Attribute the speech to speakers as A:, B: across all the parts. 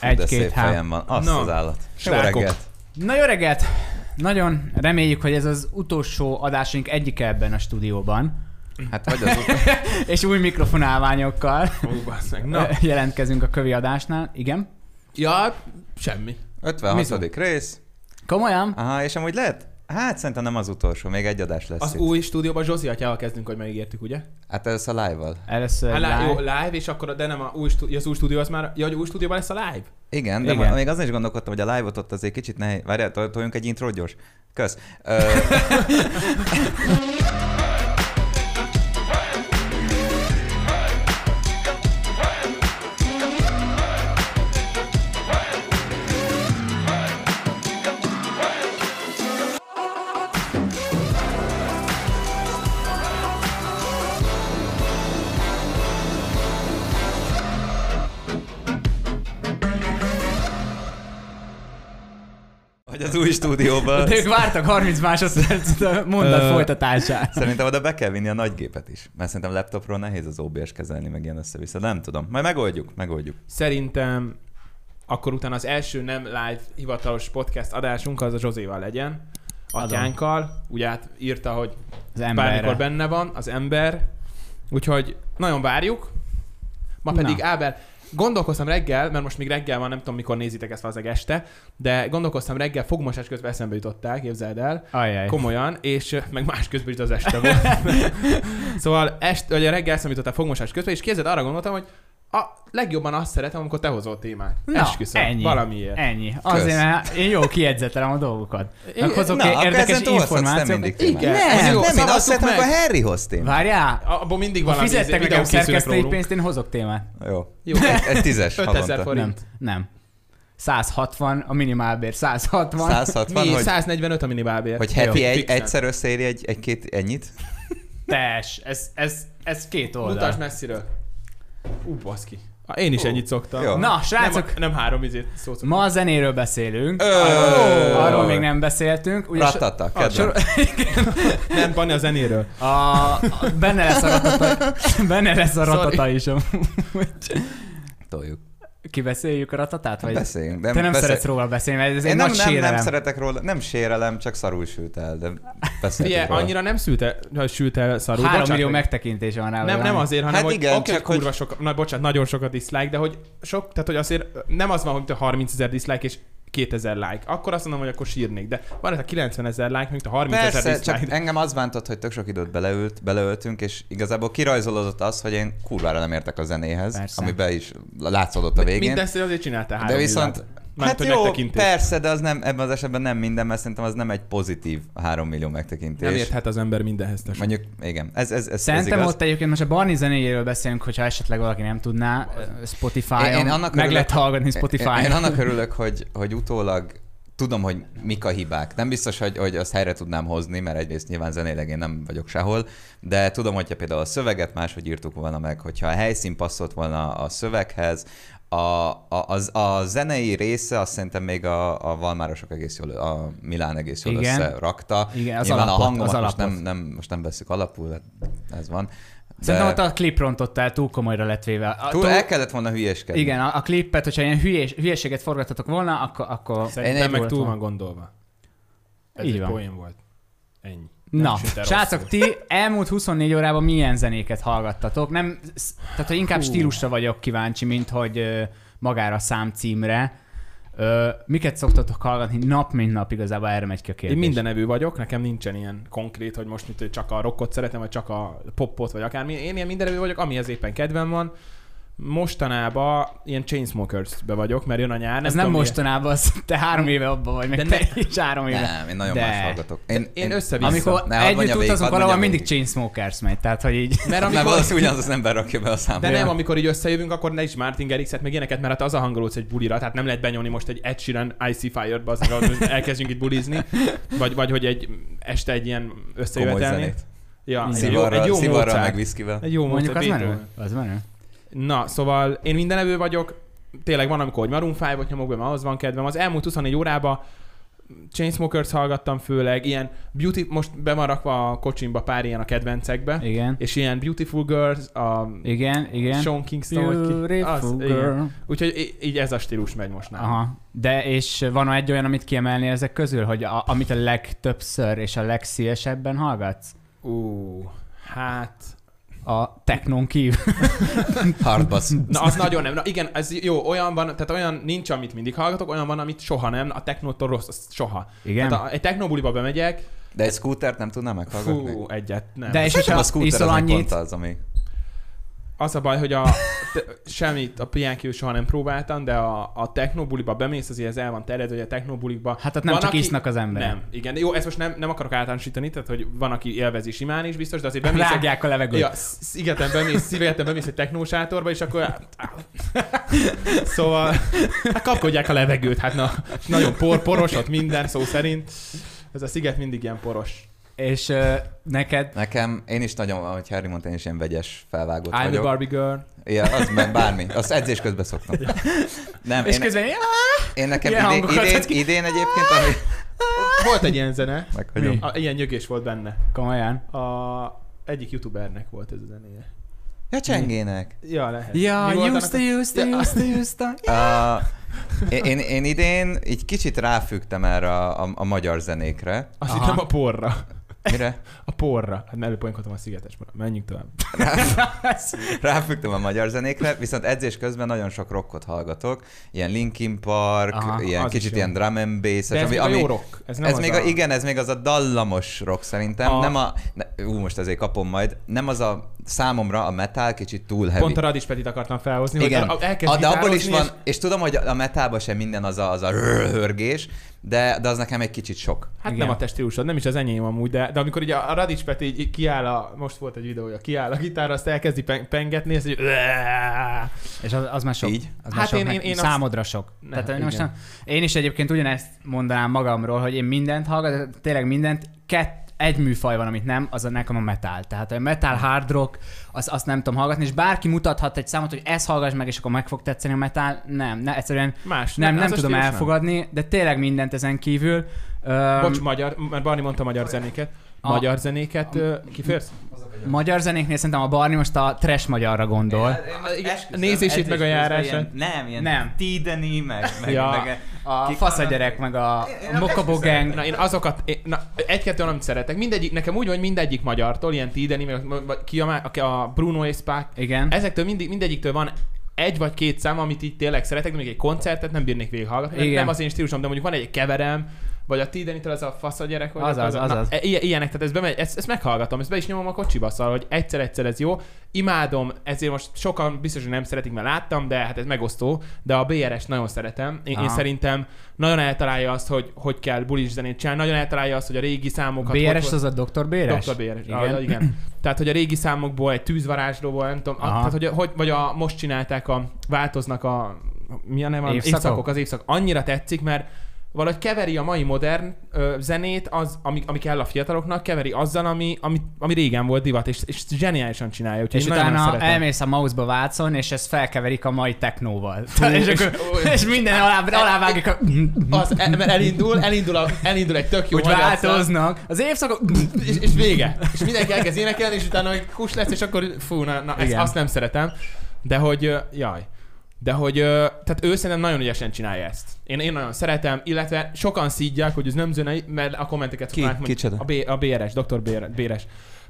A: Egy,
B: de
A: két,
B: szép
A: há-
B: fejem van. Azt
A: Na.
B: az állat. Jó
A: Srákok.
B: reggelt.
A: Na jó reggelt! Nagyon reméljük, hogy ez az utolsó adásunk egyike ebben a stúdióban,
B: Hát vagy az ut-
A: és új mikrofonálványokkal
C: Ó, basszeg.
A: Na.
C: Na.
A: jelentkezünk a kövi adásnál. Igen?
C: Ja, semmi.
B: 56. rész.
A: Komolyan?
B: Aha, és amúgy lehet? Hát szerintem nem az utolsó, még egy adás lesz
C: Az
B: itt.
C: új stúdióban Zsozi atyával kezdünk, hogy megígértük, ugye?
B: Hát először live-val.
A: Először
C: Hát, live.
A: live.
C: Jó, live, és akkor, a- de nem a új stúdió, az új stúdió, az már, ja, hogy új stúdióban lesz a live?
B: Igen, de
A: Igen.
B: Igen. még azon is gondolkodtam, hogy a live-ot ott azért kicsit nehéz. Várjál, tol- toljunk egy intrót gyors. Kösz. Ö, hogy az új stúdióban.
A: De ők vártak 30 másodpercet a mondat
C: Ö,
A: folytatását.
B: Szerintem oda be kell vinni a nagy gépet is, mert szerintem laptopról nehéz az OBS kezelni, meg ilyen össze-vissza. Nem tudom. Majd megoldjuk, megoldjuk.
C: Szerintem akkor utána az első nem live hivatalos podcast adásunk az a Zsozéval legyen.
A: Adom.
C: Atyánkkal. Ugye hát írta, hogy
A: Az
C: bármikor
A: emberre.
C: benne van az ember. Úgyhogy nagyon várjuk. Ma pedig
A: Na.
C: Na. Ábel, gondolkoztam reggel, mert most még reggel van, nem tudom mikor nézitek ezt valószínűleg este, de gondolkoztam reggel, fogmosás közben eszembe jutották, képzeld el.
A: Ajaj.
C: Komolyan, és ö, meg más közben is de az este volt. szóval est, ugye reggel eszembe a fogmosás közben, és képzeld, arra gondoltam, hogy a legjobban azt szeretem, amikor te hozol témát.
A: Na,
C: Esküszöm,
A: ennyi.
C: valamiért.
A: Ennyi. Azért, mert hát én jó kiedzetelem a dolgokat. Meg hozok
B: Na, akkor
A: érdekes
B: ezen tolhatsz, nem
A: információkat.
B: mindig témát.
A: Igen.
B: Nem,
C: Az
B: nem,
C: jó,
B: nem én
C: szavaztuk
B: azt szeretem,
C: meg.
B: amikor Harry hoz témát.
A: Várjál,
C: Abból mindig
A: ha
C: valami izé-
A: fizettek nekem
C: videó készülök
A: szerkesztői
C: rólunk.
A: pénzt, én hozok témát.
B: Jó.
C: Jó,
B: Egy, egy tízes
C: 5000
B: havonta.
C: forint.
A: Nem, nem. 160, a minimálbér 160.
B: 160,
C: Mi?
B: hogy,
C: 145 a minimálbér.
B: hogy heti
C: Jó,
B: egy,
C: fixen.
B: egyszer összeéri egy, egy-két ennyit.
A: Tes, ez, ez, ez két oldal.
C: Mutasd messziről. Ú, baszki. Ah, Én is
B: Ú,
C: ennyit szoktam.
B: jó.
A: Na,
C: Nem,
A: srácok,
C: nem három izét szót szoktam.
A: ma a zenéről beszélünk.
B: Ö,
A: Arról- Arról még nem beszéltünk. Ugye so-
B: Ratata,
A: a,
B: kedvenc.
A: sor-
C: Nem, Pani a zenéről.
A: a, a, benne lesz a ratata, benne lesz a
C: Sorry.
A: ratata is. amúgy.
B: Toljuk.
A: Kibeszéljük a ratatát? Vagy?
B: Beszéljünk.
A: Te nem
B: beszél-
A: szeretsz róla beszélni, mert ez egy
B: Én nem,
A: nagy
B: nem,
A: sérelem.
B: nem szeretek róla, nem sérelem, csak szarul sült el, de
C: Fie,
B: beszéltünk róla.
C: annyira nem szült el, hogy sült el szarul.
A: 3
C: bocsánat,
A: millió
C: hogy-
A: megtekintés van rá.
C: Nem,
A: vagy
C: nem
A: valami.
C: azért, hanem
B: Hát
C: hogy
B: igen,
C: oké,
B: csak
C: hogy kurva sok, na, bocsánat, nagyon sok a dislike, de hogy sok, tehát hogy azért nem az van, hogy mint a 30 ezer dislike és 2000 like. Akkor azt mondom, hogy akkor sírnék, de van ez a 90 ezer like, mint a 30 ezer
B: Persze,
C: dislike.
B: csak engem az bántott, hogy tök sok időt beleült, beleöltünk, és igazából kirajzolódott az, hogy én kurvára nem értek a zenéhez,
A: Persze.
B: Persze. amiben is látszódott a végén.
C: Mindezt azért csináltál
B: de
C: három
B: viszont,
C: milliót. Mármint,
B: hát
C: hogy
B: jó,
C: megtekintés.
B: persze, de az nem, ebben az esetben nem minden, mert szerintem az nem egy pozitív 3 millió megtekintés.
C: Nem érthet az ember mindenhez. tesó.
B: Mondjuk, igen, ez, ez, ez, ez
A: Szerintem
B: igaz.
A: ott egyébként most a Barni zenéjéről beszélünk, hogyha esetleg valaki nem tudná,
B: Én- én
A: Spotify-on
B: annak
A: meg
B: örülök-
A: lehet hallgatni
B: Én, én
A: Spotify-on.
B: annak örülök, hogy, hogy utólag tudom, hogy mik a hibák. Nem biztos, hogy, hogy azt helyre tudnám hozni, mert egyrészt nyilván zenéleg én nem vagyok sehol, de tudom, hogyha például a szöveget máshogy írtuk volna meg, hogyha a helyszín passzolt volna a szöveghez, a, a, az, a zenei része azt szerintem még a, a Valmárosok egész jól, a Milán egész jól
A: Igen.
B: összerakta.
A: Igen, az
B: Nyilván
A: alapot,
B: a hangomat
A: az
B: most, nem,
A: alapot.
B: nem, most nem veszük alapul, hát ez van. De
A: Szerintem ott a klip rontott el, túl komolyra lett véve. A,
B: túl el kellett volna hülyeskedni.
A: igen, a, a klipet, hogyha ilyen hülyés, hülyeséget forgattatok volna, akkor... akkor
C: Szerintem
B: Én
C: meg
A: volt
C: túl
A: volna.
C: van gondolva. Ez
A: Így
C: egy
A: van.
C: poén volt. Ennyi. Nem
A: Na,
C: süt el
A: srácok,
C: rosszul.
A: ti elmúlt 24 órában milyen zenéket hallgattatok? Nem, sz- tehát, hogy inkább
C: Hú.
A: stílusra vagyok kíváncsi, mint hogy ö, magára a számcímre. Ö, miket szoktatok hallgatni nap, mint nap? Igazából erre megy ki a kérdés.
C: Én minden evő vagyok, nekem nincsen ilyen konkrét, hogy most mit, csak a rockot szeretem, vagy csak a popot, vagy akármi. Én ilyen minden evő vagyok, amihez éppen kedvem van. Mostanában ilyen Chainsmokers-be vagyok, mert jön a nyár.
A: Ez nem
C: tudom,
A: mostanában, az, te három éve abban vagy, meg
C: De
A: te
C: ne-
A: is három éve.
B: Nem, én nagyon
A: De.
B: más hallgatok.
C: Én- én össze-vissza.
A: Amikor
B: Ne, hadd
A: együtt
B: mondja végig,
A: utazunk valahol,
B: hadd mondja
A: mindig
B: végig.
A: Chainsmokers megy, tehát hogy így.
C: Mert
B: Mert
C: amikor,
B: valószínűleg ugyanaz az ember rakja be a számot.
C: de nem,
A: Ja.
C: amikor így összejövünk, akkor ne is Martin Garrix meg ilyeneket, mert hát az a hangolódsz egy bulira, tehát nem lehet benyomni most egy Ed Sheeran IC Fire-ba, az, hogy elkezdjünk itt bulizni, vagy, vagy hogy egy este egy ilyen
B: Komoly
C: összejövetelni.
B: zenét.
C: Ja, egy jó,
B: Szivarral,
C: egy jó
B: szivarral meg
C: módszer.
B: viszkivel.
C: Egy jó
A: Mondjuk az
C: módszer,
A: menő.
C: Beethoven.
A: Az menő.
C: Na, szóval én mindenevő vagyok, tényleg van, amikor hogy Maroon 5-ot nyomok be, mert ahhoz van kedvem. Az elmúlt 24 órában Chainsmokers hallgattam főleg, ilyen beauty, most be van rakva a kocsimba pár ilyen a kedvencekbe, igen.
A: Igen.
C: és ilyen Beautiful Girls, a
A: Igen, igen. Szóval,
C: Sean Kingston, vagy ki, az,
A: Beautiful
C: igen.
A: girl.
C: Úgyhogy í- így ez a stílus megy most nálam.
A: Aha. De és van egy olyan, amit kiemelni ezek közül, hogy a, amit a legtöbbször és a legszívesebben hallgatsz?
C: Ú, hát...
A: A technón kívül.
B: Hardbass.
C: Na, az nagyon nem. Na igen, ez jó, olyan van, tehát olyan nincs, amit mindig hallgatok, olyan van, amit soha nem, a technótól rossz, az soha.
A: Igen.
C: Tehát Hát a, egy technobuliba bemegyek,
B: De egy scootert nem tudnám meghallgatni?
C: fú, egyet, nem.
A: De és
B: Szerintem
A: hogyha
B: a scooter
A: iszol
B: az meg
A: annyit,
B: pont az, ami...
C: Az a baj, hogy a, te, semmit a piánkívül soha nem próbáltam, de a, a technobuliba bemész, azért ez el van terjed, hogy a technobulikba...
A: hát ott nem
C: Van,
A: csak
C: aki-
A: isznak az emberek.
C: Nem, igen. Jó, ezt most nem, nem akarok általánosítani, tehát hogy van, aki élvezi simán is biztos, de azért
A: Nem.
C: bemész...
A: Rágják a levegőt.
C: Ja, sz- szigeten bemész, szigeten bemész egy technósátorba, és akkor... szóval hát kapkodják a levegőt, hát na, nagyon por, poros ott minden, szó szerint. Ez a sziget mindig ilyen poros.
A: És ö, neked
B: Nekem, én is nagyon, ahogy Harry mondta, én is ilyen vegyes felvágott
C: I'm the
B: vagyok.
C: Barbie girl.
B: Ja, az meg bármi. Azt edzés közben szoktam. Nem,
A: és
B: én,
A: közben
B: én nekem
A: ilyen
B: idén,
A: hangokat
B: idén,
A: ad ki.
B: idén egyébként, ami...
C: Volt egy ilyen zene,
B: Meghagyom.
A: Mi?
C: a, ilyen nyögés volt benne.
A: Komolyan.
C: a egyik youtubernek volt ez a zenéje.
B: Ja, csengének.
C: Ja, lehet.
A: Ja,
C: Mi volt
A: used to,
C: annak
A: used to, used
C: Ja.
A: to, used to.
B: Uh, én, én- én idén így kicsit ráfügtem erre a, a, a magyar zenékre.
C: a... Azt
A: Aha.
C: hittem a porra.
B: Mire?
C: A porra. Hát mert előbb poénkodtam a szigetes porra. Menjünk tovább.
B: Ráfügtem a magyar zenékre, viszont edzés közben nagyon sok rockot hallgatok. Ilyen Linkin Park,
A: Aha,
B: Aha, ilyen
C: az is
B: kicsit
C: jó.
B: ilyen drum and bass,
C: De ez még a jó rock. Ez, nem
B: ez
C: az
B: még a...
C: a...
B: igen, ez még az a dallamos rock szerintem.
C: A-
B: A... Nem a, ne, ú, most ezért kapom majd. Nem az a számomra a metal kicsit túl heavy.
C: Pont a Radis Petit akartam felhozni,
B: Igen,
C: hogy a- elkezd
B: a, de abból is
C: gitározni,
B: van, és... és tudom, hogy a metában sem minden az a, az a hörgés, de, de az nekem egy kicsit sok.
C: Hát
A: Igen.
C: nem a testílusod, nem is az enyém amúgy, de, de amikor ugye a Radics Peti így így kiáll a, most volt egy videója, kiáll a gitárra, azt elkezdi pen- pengetni, és így...
A: És az, az már sok.
B: Így?
A: Az hát sok, én, én, én
C: azt-
A: számodra sok.
C: Ne,
A: Tehát én
C: igen.
A: most nem, én is egyébként ugyanezt mondanám magamról, hogy én mindent hallgatok, tényleg mindent, kett, egy műfaj van, amit nem, az a nekem a metal. Tehát a metal, hard rock, az, azt nem tudom hallgatni, és bárki mutathat egy számot, hogy ezt hallgass meg, és akkor meg fog tetszeni a metal. Nem, ne, egyszerűen
C: Más.
A: nem, nem,
C: az a
A: tudom
C: stílus
A: elfogadni, de tényleg mindent ezen kívül. Öm,
C: Bocs, magyar, mert Barni mondta magyar zenéket.
A: A-
C: Magyar zenéket ö, kiférsz?
A: magyar zenéknél szerintem a Barni most a trash magyarra
B: Szóval
A: gondol.
B: Hát,
C: Igen, nézését meg a járását.
B: Nem, ilyen
A: Nem.
B: tídeni, meg, meg,
C: Ja.
B: meg
A: A
B: Ki-
A: fasz a gyerek, meg a, a Mokobogeng.
C: Na én azokat, én, na, egy-kettő amit szeretek. Mindegyik, nekem úgy van, hogy mindegyik magyartól, ilyen Tideni, meg vagy ki a, má- aki a Bruno és Spák.
A: Igen.
C: Ezektől mindig, mindegyiktől van egy vagy két szám, amit így tényleg szeretek, de még egy koncertet nem bírnék végighallgatni. mert
A: Igen.
C: Nem az én stílusom, de mondjuk van egy keverem, vagy a Tidenitől az a fasz a gyerek. Vagy
A: Azaz,
C: a,
A: azaz.
C: Na, e- ilyen- ilyenek, tehát ez bemegy, ezt, ezt, meghallgatom, ezt be is nyomom a kocsiba, szóval, hogy egyszer-egyszer ez jó. Imádom, ezért most sokan biztos, hogy nem szeretik, mert láttam, de hát ez megosztó, de a BRS nagyon szeretem. Én, én
A: Aha.
C: szerintem nagyon eltalálja azt, hogy hogy kell bulis zenét csinálni, nagyon eltalálja azt, hogy a régi számokat... hogy,
A: BRS az a Dr. BRS?
C: Dr. Béres. Igen.
A: Igen.
C: Ah, igen. Tehát, hogy a régi számokból, egy tűzvarázslóból, nem tudom, a,
A: Aha.
C: tehát, hogy, hogy, vagy a, most csinálták a, változnak a, mi a neve? Az
A: Évszakok?
C: Évszakok, az évszak. Annyira tetszik, mert valahogy keveri a mai modern ö, zenét, az, ami, ami kell a fiataloknak, keveri azzal, ami, ami, ami régen volt divat, és, és zseniálisan csinálja, úgyhogy
A: És
C: én nagyon
A: utána
C: szeretem.
A: elmész a mouse-ba Vácon, és ezt felkeverik a mai technóval. és,
C: és-
A: akkor, és minden alá, alávágik a...
C: Az, el, mert elindul, elindul, a, elindul egy tök jó
A: Úgy
C: magyar szám.
A: változnak. Az évszakok...
C: és, és vége. És mindenki elkezd énekelni, és utána egy kus lesz, és akkor fú, na, na ezt,
A: Igen.
C: azt nem szeretem. De hogy, ö, jaj. De hogy, ö, tehát ő szerintem nagyon ügyesen csinálja ezt. Én, én nagyon szeretem, illetve sokan szídják, hogy ez nem zenei, mert a kommenteket
B: Ki?
C: szokták, hogy
B: Kicsoda?
C: A, B, a BRS, Dr. BR- BRS.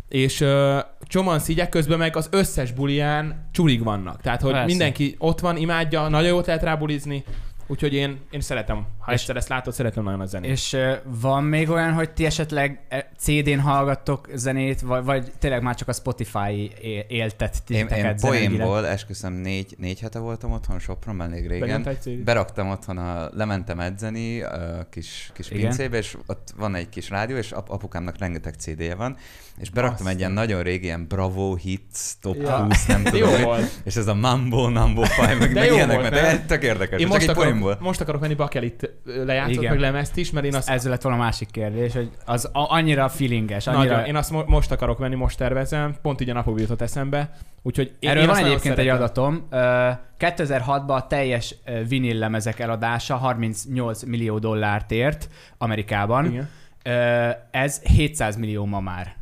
C: És ö, csomóan szígyek közben meg az összes bulián csulig vannak. Tehát, hogy
A: Persze.
C: Persze. mindenki ott van, imádja, nagyon jót lehet rábulizni, úgyhogy én, én szeretem, ha
A: És-
C: egyszer ezt látod, szeretem nagyon a zenét.
A: És ö, van még olyan, hogy ti esetleg eh, CD-n hallgattok zenét, vagy, vagy tényleg már csak a Spotify é- éltet
B: Én,
A: titeket
B: én
A: zeneileg?
B: poénból, esküszöm, négy, négy hete voltam otthon Sopronban, elég régen.
C: Benyomtál egy CD-t?
B: Beraktam otthon, a, lementem edzeni a kis, kis
A: Igen.
B: pincébe, és ott van egy kis rádió, és ap- apukámnak rengeteg CD-je van, és beraktam
C: Azt.
B: egy ilyen nagyon régi, ilyen Bravo Hits, Top
C: Ja.
B: 20, nem
C: Jó
B: tudom, mi.
C: volt.
B: és ez a Mambo Numbo 5, meg,
C: De
B: meg
C: jó
B: ilyenek,
C: volt,
B: mert
C: nem?
B: de tök érdekes.
C: Én
B: csak
C: most
B: egy
C: akarom
B: Istanbul.
C: most akarok menni Bakelit lejátszott,
A: Igen.
C: meg lemezt is, mert én azt
A: Ez lett volna a másik kérdés, hogy az a- annyira feelinges, annyira...
C: Nagyon. Én azt mo- most akarok venni, most tervezem, pont így a napokban jutott eszembe. Úgyhogy én,
A: Erről
C: én
A: van
C: azt nagyon
A: egyébként egy
C: szeretem.
A: adatom. Ö, 2006-ban a teljes ö, vinillemezek eladása 38 millió dollárt ért Amerikában.
C: Igen.
A: Ö, Ez 700 millió ma már.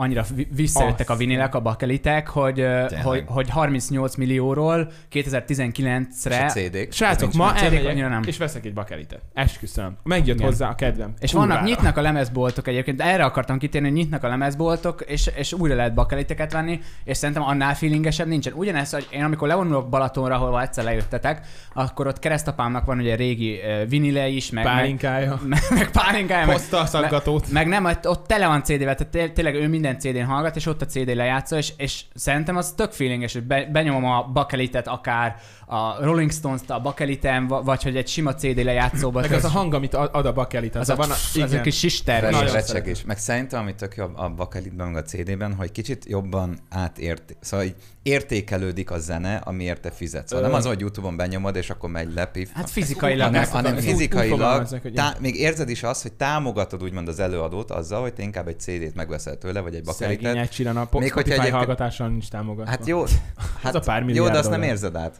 A: Annyira vi- visszajöttek a
C: Azt.
A: vinilek, a bakelitek, hogy, ö,
B: Tényleg.
A: hogy, hogy 38 millióról
B: És a
A: 2019-re...
B: CD-k.
C: Srácok,
B: Nincs
C: ma
A: CD-k
C: elmegyek,
A: annyira nem.
C: és veszek egy bakelitet. Esküszöm. Megjött
A: Igen.
C: hozzá a kedvem.
A: És
C: Kurvára.
A: vannak, nyitnak a lemezboltok egyébként, erre akartam kitérni, hogy nyitnak a lemezboltok, és, és újra lehet bakeliteket venni, és szerintem annál feelingesebb nincsen. Ugyanezt, hogy én amikor levonulok Balatonra, ahol egyszer lejöttetek, akkor ott keresztapámnak van ugye régi eh, vinile is, meg, meg,
C: Pálinkája.
A: meg, meg pálinkája, meg,
C: Hozta a szaggatót.
A: meg nem, ott- ott tele van CD-vel, tehát té- tényleg ő minden CD-n hallgat, és ott a CD lejátsza, és, és szerintem az tök feelinges, hogy be, benyomom a bakelitet, akár a Rolling Stones-t a bakeliten, va- vagy hogy egy sima CD lejátszóba.
C: Meg az a hang, amit ad ad a bakelit.
A: az,
C: Az,
A: a,
C: van a,
A: az a
C: igen.
A: kis sister.
C: Nagyon
B: Nagyon
C: szeretem.
B: recsegés. Meg szerintem, ami tök jobb a bakelitben, meg a CD-ben, hogy kicsit jobban átért, szóval így értékelődik a zene, amiért te fizetsz. Szóval
C: Ö.
B: nem az, hogy YouTube-on benyomod, és akkor megy lepif.
A: Hát fizikailag.
B: hanem,
A: ezt
B: hanem
A: akarom-
C: ez úgy- úgy
B: fizikailag,
C: fogalmazzák, hogy
B: tá- még érzed is azt, hogy támogatod úgymond az előadót azzal, hogy te inkább egy CD-t megveszel tőle, vagy egy
C: Szegény
B: bakelitet.
C: egy csiran a
B: hogyha
C: po- Spotify
B: egyébként-
C: hallgatással nincs támogatva.
B: Hát jó, hát
C: a pár
B: jó,
C: milliárd
B: de azt nem
C: dollár.
B: érzed át.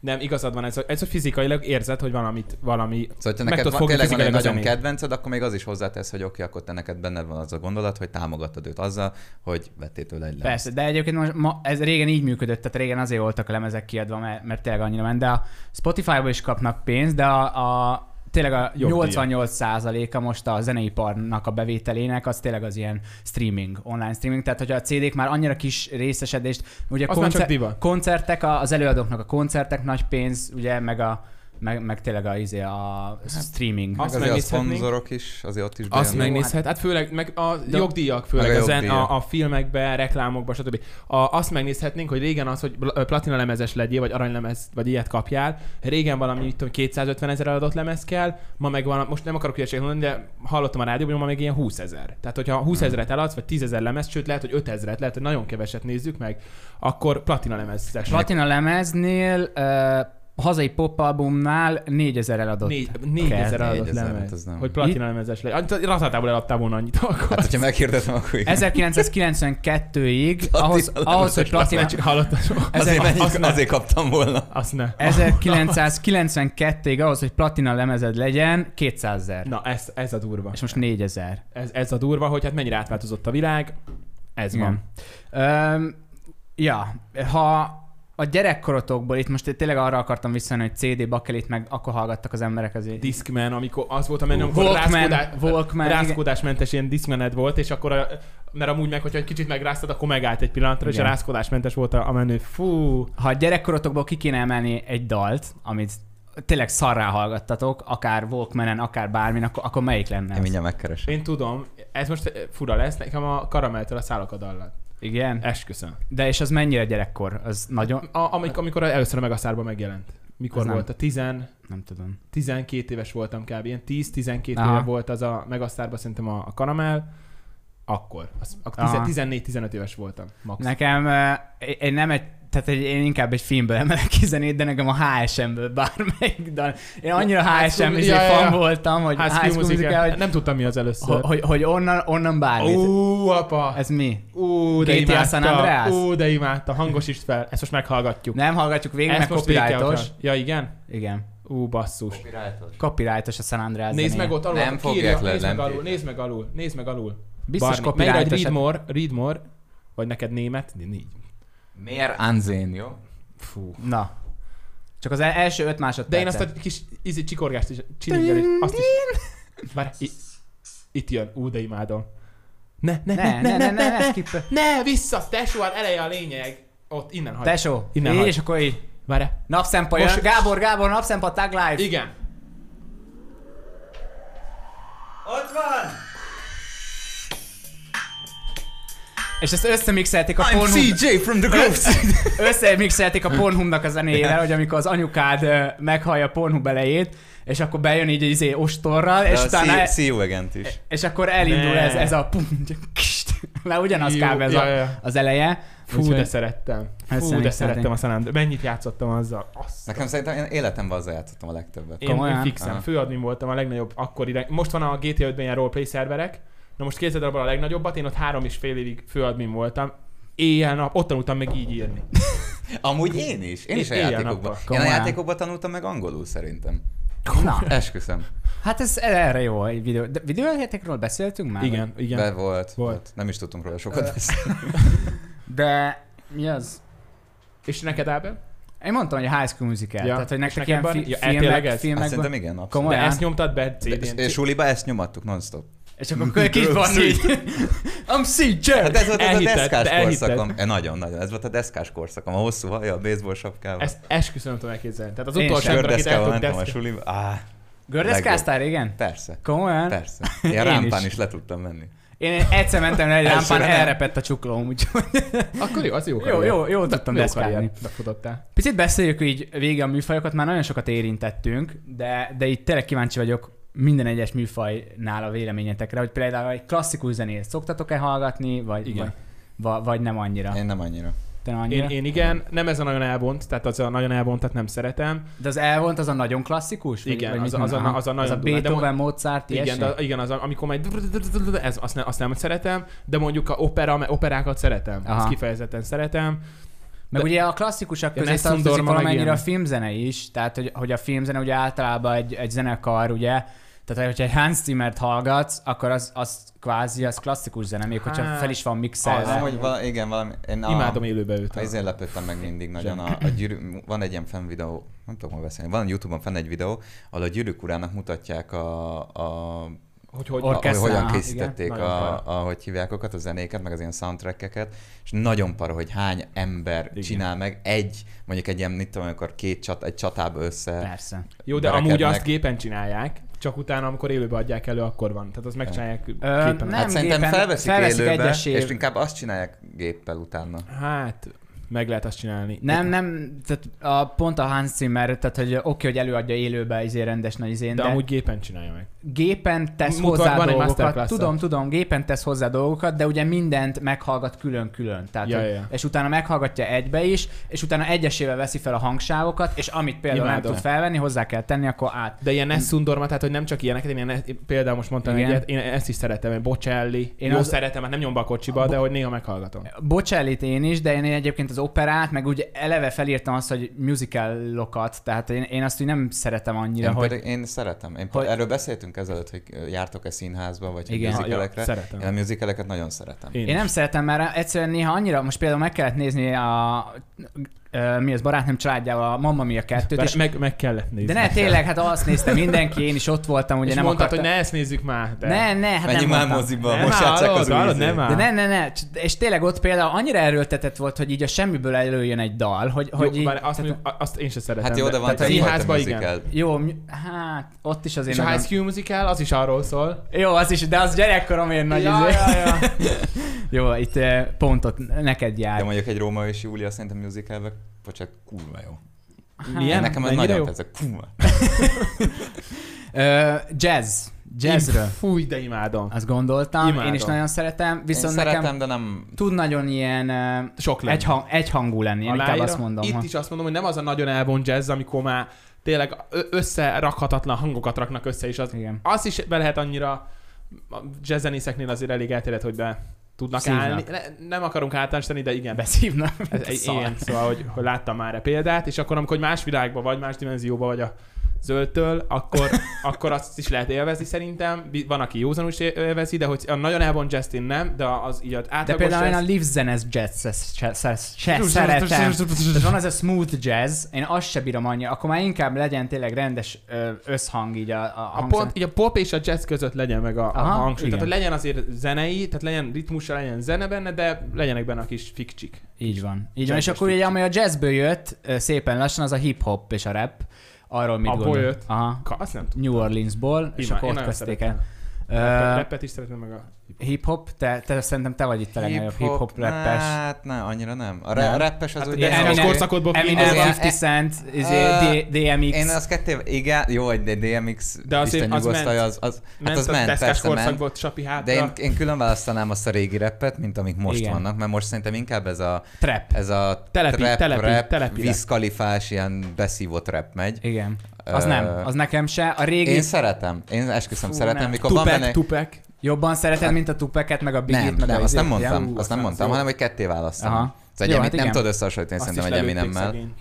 C: Nem, igazad van, ez, hogy- ez hogy fizikailag érzed, hogy valamit, valami...
B: Szóval, hogyha
C: Meg
B: neked
C: tudod
B: van,
C: fogni
B: tényleg van egy
C: fizikailag a
B: nagyon
C: zenét.
B: kedvenced, akkor még az is hozzátesz, hogy oké, akkor te neked benned van az a gondolat, hogy támogatod őt azzal, hogy vettél tőle egy lemezt.
A: Persze, de egyébként most ma, ez régen így működött, tehát régen azért voltak a lemezek kiadva, mert, mert tényleg annyira ment, de a Spotify-ból is kapnak pénzt, de a, a tényleg a
C: Jogdíja.
A: 88%-a most a zeneiparnak a bevételének, az tényleg az ilyen streaming, online streaming, tehát hogyha a CD-k már annyira kis részesedést, ugye
C: Az már csak diva.
A: koncertek, a- az előadóknak a koncertek nagy pénz, ugye, meg a meg, meg tényleg a, izé, a
C: Hát,
A: streaming.
B: Meg
C: Azt
B: azért a
C: megnézhetnénk.
B: szponzorok is, azért ott is
C: Azt
B: bejönnek.
C: megnézhet, hát főleg meg a
A: De-
C: jogdíjak, főleg
B: Meg a
C: a, zen,
B: jogdíjak.
C: a, a filmekbe, reklámokba, stb. A, azt megnézhetnénk, hogy régen az, hogy bl- ö, platina lemezes legyél, vagy aranylemez, vagy ilyet kapjál, régen valami, mit tudom, 250 ezer eladott lemez kell, ma meg van, most nem akarok hülyeséget mondani, de hallottam a rádióban, hogy ma még ilyen 20 ezer. Tehát, hogyha
B: Hmm.
C: 20 ezeret eladsz, vagy 10 ezer lemez, sőt, lehet, hogy 5 ezeret, lehet, hogy nagyon keveset nézzük meg, akkor platina lemezes.
A: Platina lemeznél, uh, hazai popalbumnál 4000 eladott.
C: Négy, négy
A: Kell.
C: ezer eladott
B: 4000,
C: lemez.
B: hát az nem.
C: Hogy platina lemezes legyen. Ah, Ratátából eladtál volna annyit akkor.
B: Hát, hogyha meghirdetem, akkor igen.
A: 1992-ig, ahhoz,
B: Platina
A: ahhoz, hogy
C: Azt
A: platina...
B: Hát-
C: nem csak hallottam.
B: Azért, menjünk,
C: Azt
B: azért,
C: ne.
B: kaptam volna.
C: Azt ne.
A: 1992-ig ahhoz, hogy platina lemezed legyen, 200 ezer.
C: Na ez, ez a durva.
A: És most 4000.
C: Ez, ez a durva, hogy hát mennyire átváltozott a világ. Ez
A: Igen.
C: van.
A: Öm, ja, ha a gyerekkorotokból, itt most tényleg arra akartam visszajönni, hogy CD, bakelit, meg akkor hallgattak az emberek azért.
C: Discman, amikor az volt a menő, amikor
A: Walkman,
C: rászkodás,
A: Walkman,
C: rászkodásmentes ilyen diszkmened volt, és akkor a, mert amúgy meg, hogyha egy kicsit megráztad, akkor megállt egy pillanatra, és
A: Igen.
C: a rászkodásmentes volt a, a menő. Fú,
A: ha a gyerekkorotokból ki kéne emelni egy dalt, amit tényleg szarrá hallgattatok, akár Walkmanen, akár bármin, akkor, akkor melyik lenne?
B: Én
A: az?
B: mindjárt megkeresem.
C: én tudom, ez most eh, fura lesz, nekem a karameltől a szálak a dallat.
A: Igen?
C: Esküszöm.
A: De és az mennyire gyerekkor? Az nagyon...
C: A, amik, amikor először a megaszárba megjelent. Mikor
A: Az nem.
C: volt? A 10,
A: Nem tudom.
C: 12 éves voltam kb. Ilyen 10-12
A: Aha.
C: éve volt az a megasztárba szerintem a, a karamell. Akkor. Az, a
A: Aha.
C: 14-15 éves voltam. Max.
A: Nekem, eh, én nem egy, tehát egy, én inkább egy filmből emelek ki zenét, de nekem a HSM-ből bármelyik dal. Én annyira
C: High
A: HSM
C: School-
A: izé
C: ja, ja,
A: fan
C: ja.
A: voltam, hogy
C: High School Musical.
A: Musical,
C: Nem tudtam mi az először.
A: hogy, hogy, hogy onnan, onnan bármit.
C: Ó, apa!
A: Ez mi?
C: Ó, de
A: GTA San
C: imádta.
A: Andreas?
C: Ó, de imádta. Hangosítsd fel. Ezt most meghallgatjuk.
A: Nem hallgatjuk végig,
C: Ezt
A: mert
C: most végig kell
A: copyrightos.
C: hallgatni. Ja, igen?
A: Igen.
C: Ú, basszus.
A: Copyrightos a San Andreas
C: Nézd
A: zenéje.
C: meg ott alul.
B: Nem
C: kírja,
B: fogják le,
C: nézd meg
B: nem
C: alul,
B: írják.
C: nézd meg alul, nézd meg alul.
A: Biztos
C: Barni. Megírja, hogy
A: copyrightos.
C: Read more, read more, vagy neked német? Négy.
B: Miért Anzén, jó?
C: Fú.
A: Na. Csak az el- első öt másodperc.
C: De én azt a kis ízi csikorgást is csilingelést, azt is. Várj, i- itt jön, ú, de imádom. Ne, ne,
A: Ne, ne, ne, ne, ne, skip.
C: ne, vissza, tesó, hát eleje a lényeg. Ott, innen hagy.
A: Tesó,
C: Innen
A: így,
C: hagy.
A: és akkor így.
C: Várj.
A: Napszempa,
C: Most-
A: jön. Gábor, Gábor, napszempa, tag live.
C: Igen.
B: Ott van!
A: És ezt összemixelték a
B: I'm
A: Pornhub,
B: CJ from the Groove
A: összemixelték a Pornhubnak a zenéjével, hogy amikor az anyukád ö, meghallja a Pornhub elejét, és akkor bejön így izé ostorral, és utána...
B: See you again is.
A: És akkor elindul
C: Ne.
A: ez, ez a pum, kst, Le ugyanaz
C: Jó,
A: kb. ez
C: ja,
A: a,
C: ja.
A: az eleje.
C: Fú,
A: Úgyhogy-
C: de Hát szerettem.
A: Ezt
C: Fú,
A: én
C: de
A: is szeretném.
C: szerettem a San Andreas. Mennyit játszottam azzal? Azt
B: Nekem szerintem én életemben azzal játszottam a legtöbbet.
C: Én, én
A: Komolyan?
C: fixen
B: Aha.
C: főadmin voltam a legnagyobb akkori. reg- Most van a GTA 5-ben ilyen roleplay szerverek, na most kézzel darabban a legnagyobbat, én ott három és fél évig főadmin voltam. Éjjel-nap, ott tanultam meg így írni.
B: Amúgy én is. Én is a
C: Éjjel
B: játékokban.
C: nappal.
B: Én a
A: Komolyan.
B: játékokban tanultam meg angolul szerintem.
A: Na,
B: Esküszöm.
A: hát ez erre jó. egy Videó, de videójátékról beszéltünk már?
C: Igen,
B: Be
C: igen.
B: volt.
C: Volt.
B: Nem is tudtunk róla sokat beszélni.
A: De mi az?
C: És neked Ábel?
A: Én mondtam, hogy a High School Musical.
C: Ja.
A: Tehát, hogy nektek
C: És
A: ilyen
C: neked
A: fi-
C: van? Ja, tényleg
A: filmek,
C: ez?
B: Hát
A: filmekből.
B: szerintem igen, abszolút.
A: Komoly.
C: De
A: Olyan.
C: ezt nyomtad be CD-n.
B: És suliba ezt nyomattuk non-stop.
A: És akkor kö- kis van így. I'm CJ!
B: Hát ez volt az a
C: Elhited, de
B: deszkás
C: elhited.
B: korszakom. E, nagyon, nagyon. Ez volt a deszkás korszakom. A hosszú haja, a baseball sapkával.
C: Ezt esküszöm, nem tudom elképzelni. Tehát az
A: Én
C: utolsó
A: sem.
C: ember, akit el
B: Gördeszkával
C: tudok
B: mentem a
C: deszkálni.
B: suliba. Á,
A: Gördeszkáztál régen?
B: persze.
A: Komolyan?
B: Persze. Ilyen
A: Én
B: rámpán
A: is.
B: is le tudtam menni.
A: Én egyszer mentem le egy
B: Elsőre
A: lámpán,
B: nem.
A: elrepett a csuklóm, úgyhogy
C: Akkor jó, az jó
A: jó,
C: karrier.
A: jó, jó tudtam
C: Jó karrier.
A: deszkálni.
C: Befutottál.
A: Picit beszéljük így végig a műfajokat, már nagyon sokat érintettünk, de, de így tényleg kíváncsi vagyok minden egyes műfajnál a véleményetekre, hogy például egy klasszikus zenét szoktatok-e hallgatni, vagy,
C: Igen.
A: vagy, va- vagy nem annyira.
B: Én nem annyira.
A: Te nem annyira.
C: Én, én igen, nem ez a nagyon elvont, tehát az a nagyon elvontat nem szeretem.
A: De az elvont az a nagyon klasszikus?
C: Igen,
A: mit
C: az a-
A: mondom?
C: az a-
A: Aha.
C: az a nagyon
A: az a
C: durva. De
A: Beethoven, Mozart,
C: Igen,
A: ilyesmi?
C: de, igen az, a- amikor majd ez, azt, ne, azt nem szeretem, de mondjuk a opera, operákat szeretem. Aha.
A: Aha.
C: Azt kifejezetten szeretem.
A: Meg
C: De-
A: ugye a klasszikusak
C: Ja,
A: közé
C: Nessun
A: tartozik
C: Dorma, meg
A: valamennyire
C: ilyen.
A: a filmzene is, tehát hogy, hogy a filmzene ugye általában egy, egy zenekar, ugye, tehát hogyha egy Hans Zimmert hallgatsz, akkor az, az kvázi az klasszikus zene, még hogyha
C: Hát,
A: fel is van
C: Az-
B: Az,
A: mixelve.
B: hogy vala, igen, valami... Én a,
C: Imádom élőbe őt.
B: Ha ezért lepődtem meg mindig nagyon. A, a gyűrű, van egy ilyen fan videó, nem tudom, hol beszélni, van YouTube-on fenn egy videó, ahol a gyűrűk urának mutatják a, a,
C: Hogy,
A: Orke-
C: hogy Orke-
B: a
A: Orkesztrál,
B: hogyan
A: aha,
B: készítették
C: igen,
B: a,
C: nagyon
B: a, hogy hívják okat, a zenéket, meg az ilyen soundtrackeket, és nagyon para, hogy hány ember
C: Igen.
B: igen. csinál meg egy, mondjuk egy ilyen, mit tudom, amikor két csat, egy csatába össze.
A: Persze.
C: Jó, de
B: berekednek.
C: amúgy azt gépen csinálják, csak utána, amikor élőbe adják elő, akkor van. Tehát azt megcsinálják
A: Ö,
C: gépen.
A: nem
B: Hát szerintem
A: gépen,
B: felveszik,
A: felveszik
B: élőbe,
A: egyesével.
B: és inkább azt csinálják géppel utána.
C: Hát, meg lehet azt csinálni.
A: Nem, nem, tehát a, pont a Hans Zimmer, tehát hogy oké, okay, hogy előadja élőbe, izé rendes nagy izén,
C: De,
A: de,
C: de amúgy gépen csinálja meg.
A: gépen tesz
C: Mutatban
A: hozzá
C: egy
A: dolgokat.
C: masterclass-a.
A: Tudom, tudom, gépen tesz hozzá dolgokat, de ugye mindent meghallgat külön-külön. Tehát,
C: Ja,
A: hogy-
C: ja, ja.
A: És utána meghágatja egybe is, és utána egyesével veszi fel a hangsávokat, és amit például nem
C: Imádom.
A: tud felvenni, hozzá kell tenni, akkor át.
C: De ilyen Nessun Dorma, tehát hogy nem csak ilyeneket, én, ilyen, én például most mondtam
A: Igen.
C: Igen. egyet, én ezt is szeretem, én Bocelli,
A: Én
C: én jó
A: az-
C: az... szeretem, hát nem nyom be a kocsiba, de hogy néha meghallgatom.
A: Bocsellit én is, de én egyébként az operát, meg úgy eleve felírtam azt, hogy musicalokat, tehát én, én azt úgy nem szeretem annyira,
B: Én,
A: hogy...
B: pedig, én szeretem. Én
A: Hogy-
B: hogy... Erről beszéltünk ezelőtt, hogy ö, jártok-e színházba, vagy
A: Igen.
B: igen,
A: Ja,
B: musicalekre.
C: szeretem.
B: Én a musicaleket nagyon szeretem.
A: Én nem szeretem, mert egyszerűen néha annyira, most például meg kellett nézni a, ö, mi az barátnőm családjával a Mamma Mia 2-t, és
C: Be- meg, meg kellett nézni.
A: De ne, tényleg, hát azt nézte mindenki, én is ott voltam, ugye
C: Ugye és
A: nem
C: nem mondtad,
A: akartam.
C: hogy ne ezt nézzük már. De...
A: ne, ne, hát
B: Menjünk
A: nem
B: már
A: mondtam.
B: moziba,
C: Nem,
B: most játsszák
C: hallod,
B: az új
C: hallod,
B: izét.
C: nem áll.
A: De ne, ne, ne, Cs- és tényleg ott például annyira erőltetett volt, hogy így a semmiből előjön egy dal, hogy, hogy
C: jó,
A: így,
C: bár azt,
A: tehát-
C: mondjuk, azt én sem szeretem.
B: Hát jó, de van,
C: tehát
B: te
C: színházba igen.
A: jó, mi- hát ott is azért
C: És a
A: nagyon...
C: High School Musical, az is arról szól.
A: Jó, az is, de az gyerekkoromért nagy
C: ja,
A: izé.
C: ja, ja.
A: Jó, itt eh, pontot neked
B: De
A: jár.
B: mondjuk egy Róma és Júlia szerintem musicalben, bocsánat, kurva jó.
C: Milyen?
B: Nekem ez
C: Mennyire
B: nagyon
C: jó?
B: tetszik. Kurva.
A: Ö, jazz. Jazzről.
C: Én- Fúj, de imádom.
A: Azt gondoltam, Imádom. én is
C: Imádom.
A: nagyon szeretem, viszont
B: Én
A: nekem
B: szeretem, de nem...
A: tud nagyon ilyen eh,
C: Sok lenni.
A: egyhang, egyhangú lenni, én inkább
C: Aláírom.
A: azt mondom.
C: Itt
A: ha-
C: is azt mondom, hogy nem az a nagyon elvon jazz, amikor már tényleg ö- összerakhatatlan hangokat raknak össze, és az,
A: Igen.
C: az is be lehet annyira a jazzzenészeknél azért elég elterjedt, hogy be tudnak
A: Szívnak. Hát,
C: állni. Ne, nem akarunk általánosítani, de igen.
A: Beszívnak.
C: Ez egy ilyen, szóval, hogy, hogy láttam már e példát, és akkor amikor hogy más világban vagy, más dimenzióban vagy a zöldtől, akkor, akkor azt is lehet élvezni szerintem. Bi- Van, aki józanul is é- élvezi, de hogy a nagyon elvon jazz én nem, de az így az
A: De
C: átlagos
A: például én
C: jazz-
A: a Live zenes jazz se, se, se szeretem. Tehát van ez a smooth jazz, én azt se bírom annyira, akkor már inkább legyen tényleg rendes ö, összhang így a, a,
C: A
A: hangszere-
C: pont, így a pop és a jazz között legyen meg a, a
A: Aha,
C: hangsúly.
A: igen.
C: Tehát, hogy legyen azért zenei, tehát legyen ritmusa, legyen zene benne, de legyenek benne a kis fikcsik.
A: Így van. Így van.
C: Jazzes
A: És akkor ugye,
C: kicsit.
A: ami a jazzből jött, ö, szépen lassan, az a hip-hop és a rap. Arról mit
C: Abból
A: gondol?
C: jött?
A: Aha.
C: Ka, azt nem tudom.
A: New Orleansból, és
C: Imá-
A: akkor
C: én
A: ott
C: nagyon
A: kezdték el.
C: szeretem. Uh,
A: Ö,
C: Rappet is szeretem meg a...
A: Hip-hop, te, te, szerintem te vagy itt a legnagyobb hip-hop rappes.
B: Hát nem, annyira nem. A
A: Nem?
B: nem. rappes az
C: Hát
B: hát
C: ugye
B: ugye...
A: Eminem-
C: ez a
B: Eminem-
C: korszakodból
A: Eminem,
B: Igen.
A: 50 Cent, izé,
B: Ö,
A: D- DMX.
B: Én az kettő, igen, jó, hogy DMX,
C: De
B: de
C: az
B: az Isten
C: év- az
B: nyugosztalja,
C: ment.
B: az, az,
C: Ment
B: hát az
C: a
B: ment,
C: teszkás
B: persze ment.
C: korszakot, Csapi hátra.
B: De én, én külön választanám azt a régi rappet, mint amik most
A: Igen.
B: igen. vannak, mert most szerintem inkább ez a,
A: Trap.
B: ez a
C: Telepi,
B: trap,
C: telepi,
B: rap,
C: telepi
B: viszkalifás, ilyen beszívott rap megy.
A: Igen. Az
B: Ö,
A: nem, az nekem se. A régi
B: Én szeretem, én esküszöm,
A: Fú,
B: szeretem,
A: nem.
B: mikor van
C: Tupek,
B: benne...
C: tupek.
A: jobban szereted, mint a tupeket, meg a bigit,
B: Nem,
A: meg
B: nem,
A: a
B: azt nem
A: izét? Ja,
B: mondtam,
A: ú,
B: azt nem
A: az
B: mondtam,
A: jó.
B: hanem hogy ketté Szóval választom.
A: Aha.
B: Az
A: Jó, hát
B: egyemit nem
A: igen.
B: tudod összehasonlítani
C: Azt is
B: szerintem egy
C: lelőtték
B: Eminemmel.
C: szegényt.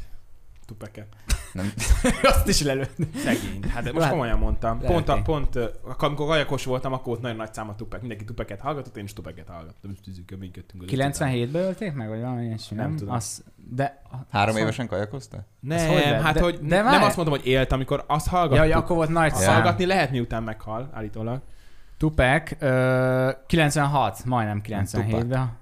C: Tupeket.
B: Nem,
A: Azt is lelőtt.
C: Szegény. Hát de most
A: Lehet-
C: komolyan mondtam.
A: lehet,
C: Pont, a,
A: igen.
C: pont ö, amikor gajakos voltam, akkor ott nagyon nagy szám a tupek. Mindenki tupeket hallgatott, én is tupeket hallgattam. És tűzünk, reménykedtünk. az utcán.
A: 97-ben ölték meg, vagy valami ilyesmi, nem?
C: Nem tudom.
A: Az, de...
B: három
A: Szóval-
B: évesen kajakoztál?
A: Ez
C: Nem,
A: hogy
C: hogy
A: lehet?
C: hát
A: De-
C: hogy
A: de
C: de nem
A: várj.
C: azt mondom, hogy élt, amikor azt
A: Ja,
C: hallgattuk.
A: ja, akkor volt nagy
C: azt
B: Ja.
A: szám.
C: hallgatni lehet, miután meghal, állítólag.
A: Tupek, ö, 96, majdnem 97-ben.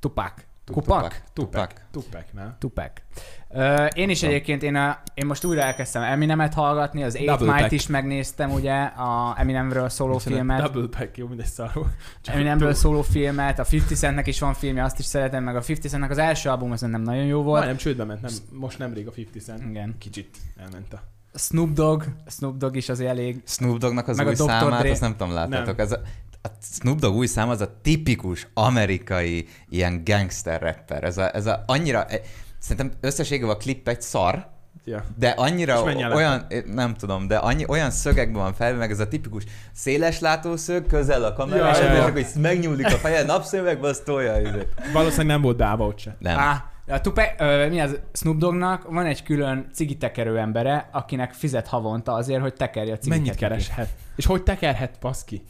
A: Tupak. Kupak?
B: Tupak.
C: Tupek, nem?
A: Tupek. Ö, én is egyébként, én, a, én most újra elkezdtem Eminemet hallgatni, az Eight
C: Double
A: Might
C: pack.
A: is megnéztem ugye, a Eminemről szóló filmet.
C: Double pack, jó, mindegy szarú.
A: Eminemből szóló filmet, a 50 Centnek is van filmje, azt is szeretem, meg a 50 Centnek az első album, az nem nagyon jó volt.
C: Majdnem csődbe ment, nem, most nemrég a 50 Cent.
A: Igen.
C: Kicsit elment a...
A: Snoop Dogg, Snoop Dogg is azért elég.
B: Snoop Doggnak az
A: Meg a
B: új
A: Dr.
B: számát,
A: Dre.
B: azt nem tudom, láttátok. Ez a, a Snoop Dogg új szám az a tipikus amerikai ilyen gangster rapper. Ez a, ez a annyira... eh, Szerintem összességében a klip egy szar,
C: Ja.
B: de annyira
C: És menjen le.
B: olyan, eh, nem tudom, de annyi, olyan szögekben van fel, meg ez a tipikus széles látószög, közel a kamera,
C: Ja,
B: és
C: ja,
B: akkor
C: ja.
B: csak így megnyúlik a feje, napszövegbe, az tolja. izé.
C: Valószínűleg nem volt beállva ott se.
B: Nem.
A: Á, a Tupac, ö, mi az Snoop Doggnak van egy külön cigitekerő embere, akinek fizet havonta azért, hogy tekerje a cigiket.
C: Mennyit
A: neki.
C: kereshet? És hogy tekerhet, paszki?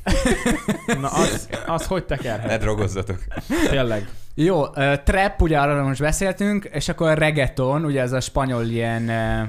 C: Na az, az hogy
B: Ne
C: tekerhet?
B: drogozzatok.
C: Tényleg.
A: Jó, ö, trap, ugye arról most beszéltünk, és akkor a reggaeton, ugye ez a spanyol ilyen, ö,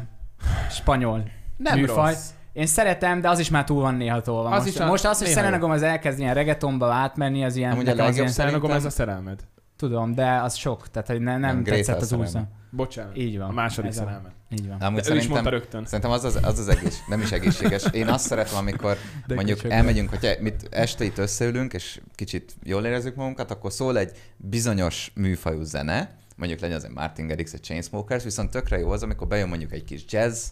A: spanyol
C: Nem
A: műfaj.
C: rossz.
A: Én szeretem, de az is már túl van néha tolva.
C: Az
A: most,
C: is a-
A: most az, hogy
C: néha
A: Selena
C: jó.
A: Gomez elkezd ilyen reggaetonba átmenni, az ilyen...
B: Amúgy a
A: nekem az
B: legjobb
A: ilyen-
C: Szerintem...
B: Szerintem-
C: Gomez a szerelmed.
A: Tudom, de az sok, tehát hogy ne, nem,
B: Nem, Grace
A: tetszett az
B: a
A: új szám.
B: szerelem.
C: Bocsánat.
A: Így van.
C: A második
A: Ez a-
C: szerelmed.
A: Így van.
B: Amúgy
C: De ő is mondta rögtön.
B: Szerintem az az, az, az egész, nem is egészséges. Én azt szeretem, amikor
A: De
B: De mondjuk
A: köcsög.
B: elmegyünk, hogyha mit este itt összeülünk, és kicsit jól érezzük magunkat, akkor szól egy bizonyos műfajú zene, mondjuk legyen az egy Martin Garrix, egy Chainsmokers, viszont tökre jó az, amikor bejön mondjuk egy kis jazz,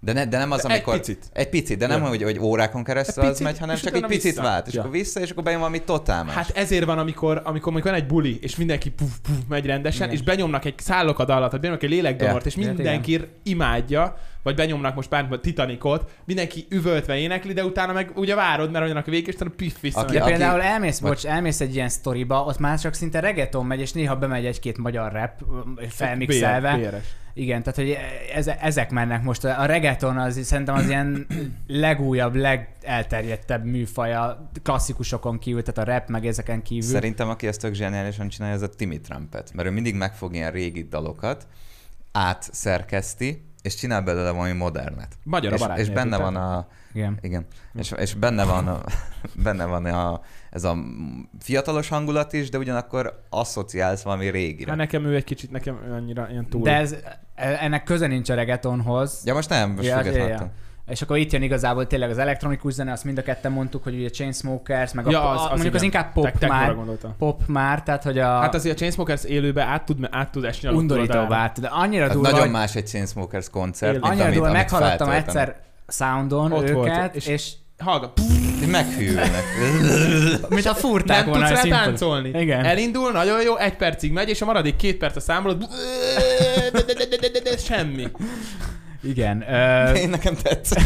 B: de, ne, de nem az,
C: De egy
B: amikor...
C: picit.
B: Egy picit, de nem
C: Ja.
B: hogy, hogy órákon keresztül az
C: Egy picit,
B: megy, hanem
C: és
B: csak egy
C: utána
B: picit
C: vissza.
B: vált, és
C: Ja.
B: akkor vissza, és akkor bejön valami totál más.
C: Hát ezért van, amikor, amikor mondjuk van egy buli, és mindenki puf, puf, megy rendesen,
A: Igen.
C: és benyomnak egy szállok a dallat, vagy benyomnak egy lélekdomort,
B: Ja.
C: és
A: Ja,
C: mindenki imádja, vagy benyomnak most pár Titanicot, mindenki üvöltve énekli, de utána meg ugye várod, mert olyan a végig, és utána pif vissza.
B: Aki-
A: De
C: megy.
B: aki-
A: például elmész,
B: vagy-
A: bocs, elmész egy ilyen sztoriba, ott már csak szinte reggaeton megy, és néha bemegy egy-két magyar rap ö, felmixelve.
C: BR, BR-es.
A: Igen, tehát hogy eze, ezek mennek most. A reggaeton az szerintem az ilyen legújabb, legelterjedtebb műfaja klasszikusokon kívül, tehát a rap meg ezeken kívül.
B: Szerintem, aki ezt tök zseniálisan csinálja, az a Timmy Trumpet, mert ő mindig megfog ilyen régi dalokat, átszerkeszti, és csinál belőle valami modernet.
C: Magyar a
B: és,
C: barátnő.
B: és benne van a...
A: Igen.
B: Igen. És, és benne van, a, benne van a, ez a fiatalos hangulat is, de ugyanakkor asszociálsz valami
C: Hát
B: régire.
C: nekem ő egy kicsit, nekem ő annyira ilyen túl.
A: De ez, e- ennek köze nincs a reggaetonhoz.
B: Ja, most nem, most
A: Ja,
B: ja,
A: ja, Hát ja.
B: ja.
A: És akkor itt jön igazából tényleg az elektronikus zene, azt mind a ketten mondtuk, hogy ugye Chainsmokers, meg
C: Ja,
A: a,
C: az-
A: a,
C: az
A: mondjuk
C: igen.
A: az inkább pop
C: Tek- technóra
A: már.
C: gondoltam.
A: Pop már, tehát hogy a
C: Hát azért a Chainsmokers élőbe át tud, át tud esni a
A: undorító
C: túloldalára.
A: vált, de annyira
B: Hát
A: durva,
B: nagyon
A: hogy-
B: más egy Chainsmokers koncert, mint
A: annyira
B: amit,
A: durva,
B: amit
A: meghallgattam
B: feltöltenek.
A: egyszer soundon
C: Ott volt,
A: őket, és,
C: és-
A: és
C: Hallgat,
B: Így Meghűlnek.
A: mint a fúrták
C: nem
A: volna
C: tudsz
A: a
C: rá
A: színpadon.
C: táncolni.
A: Igen.
C: Elindul, nagyon jó, egy percig megy, és a maradék két perc a számolod, semmi.
A: Igen. Ö,
B: Én nekem tetszett.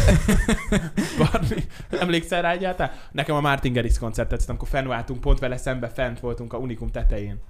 C: Barni, emlékszel rá egyáltalán? Nekem a Martin Garrix koncert tetszett, amikor fennálltunk, pont vele szembe fent voltunk a Unikum tetején.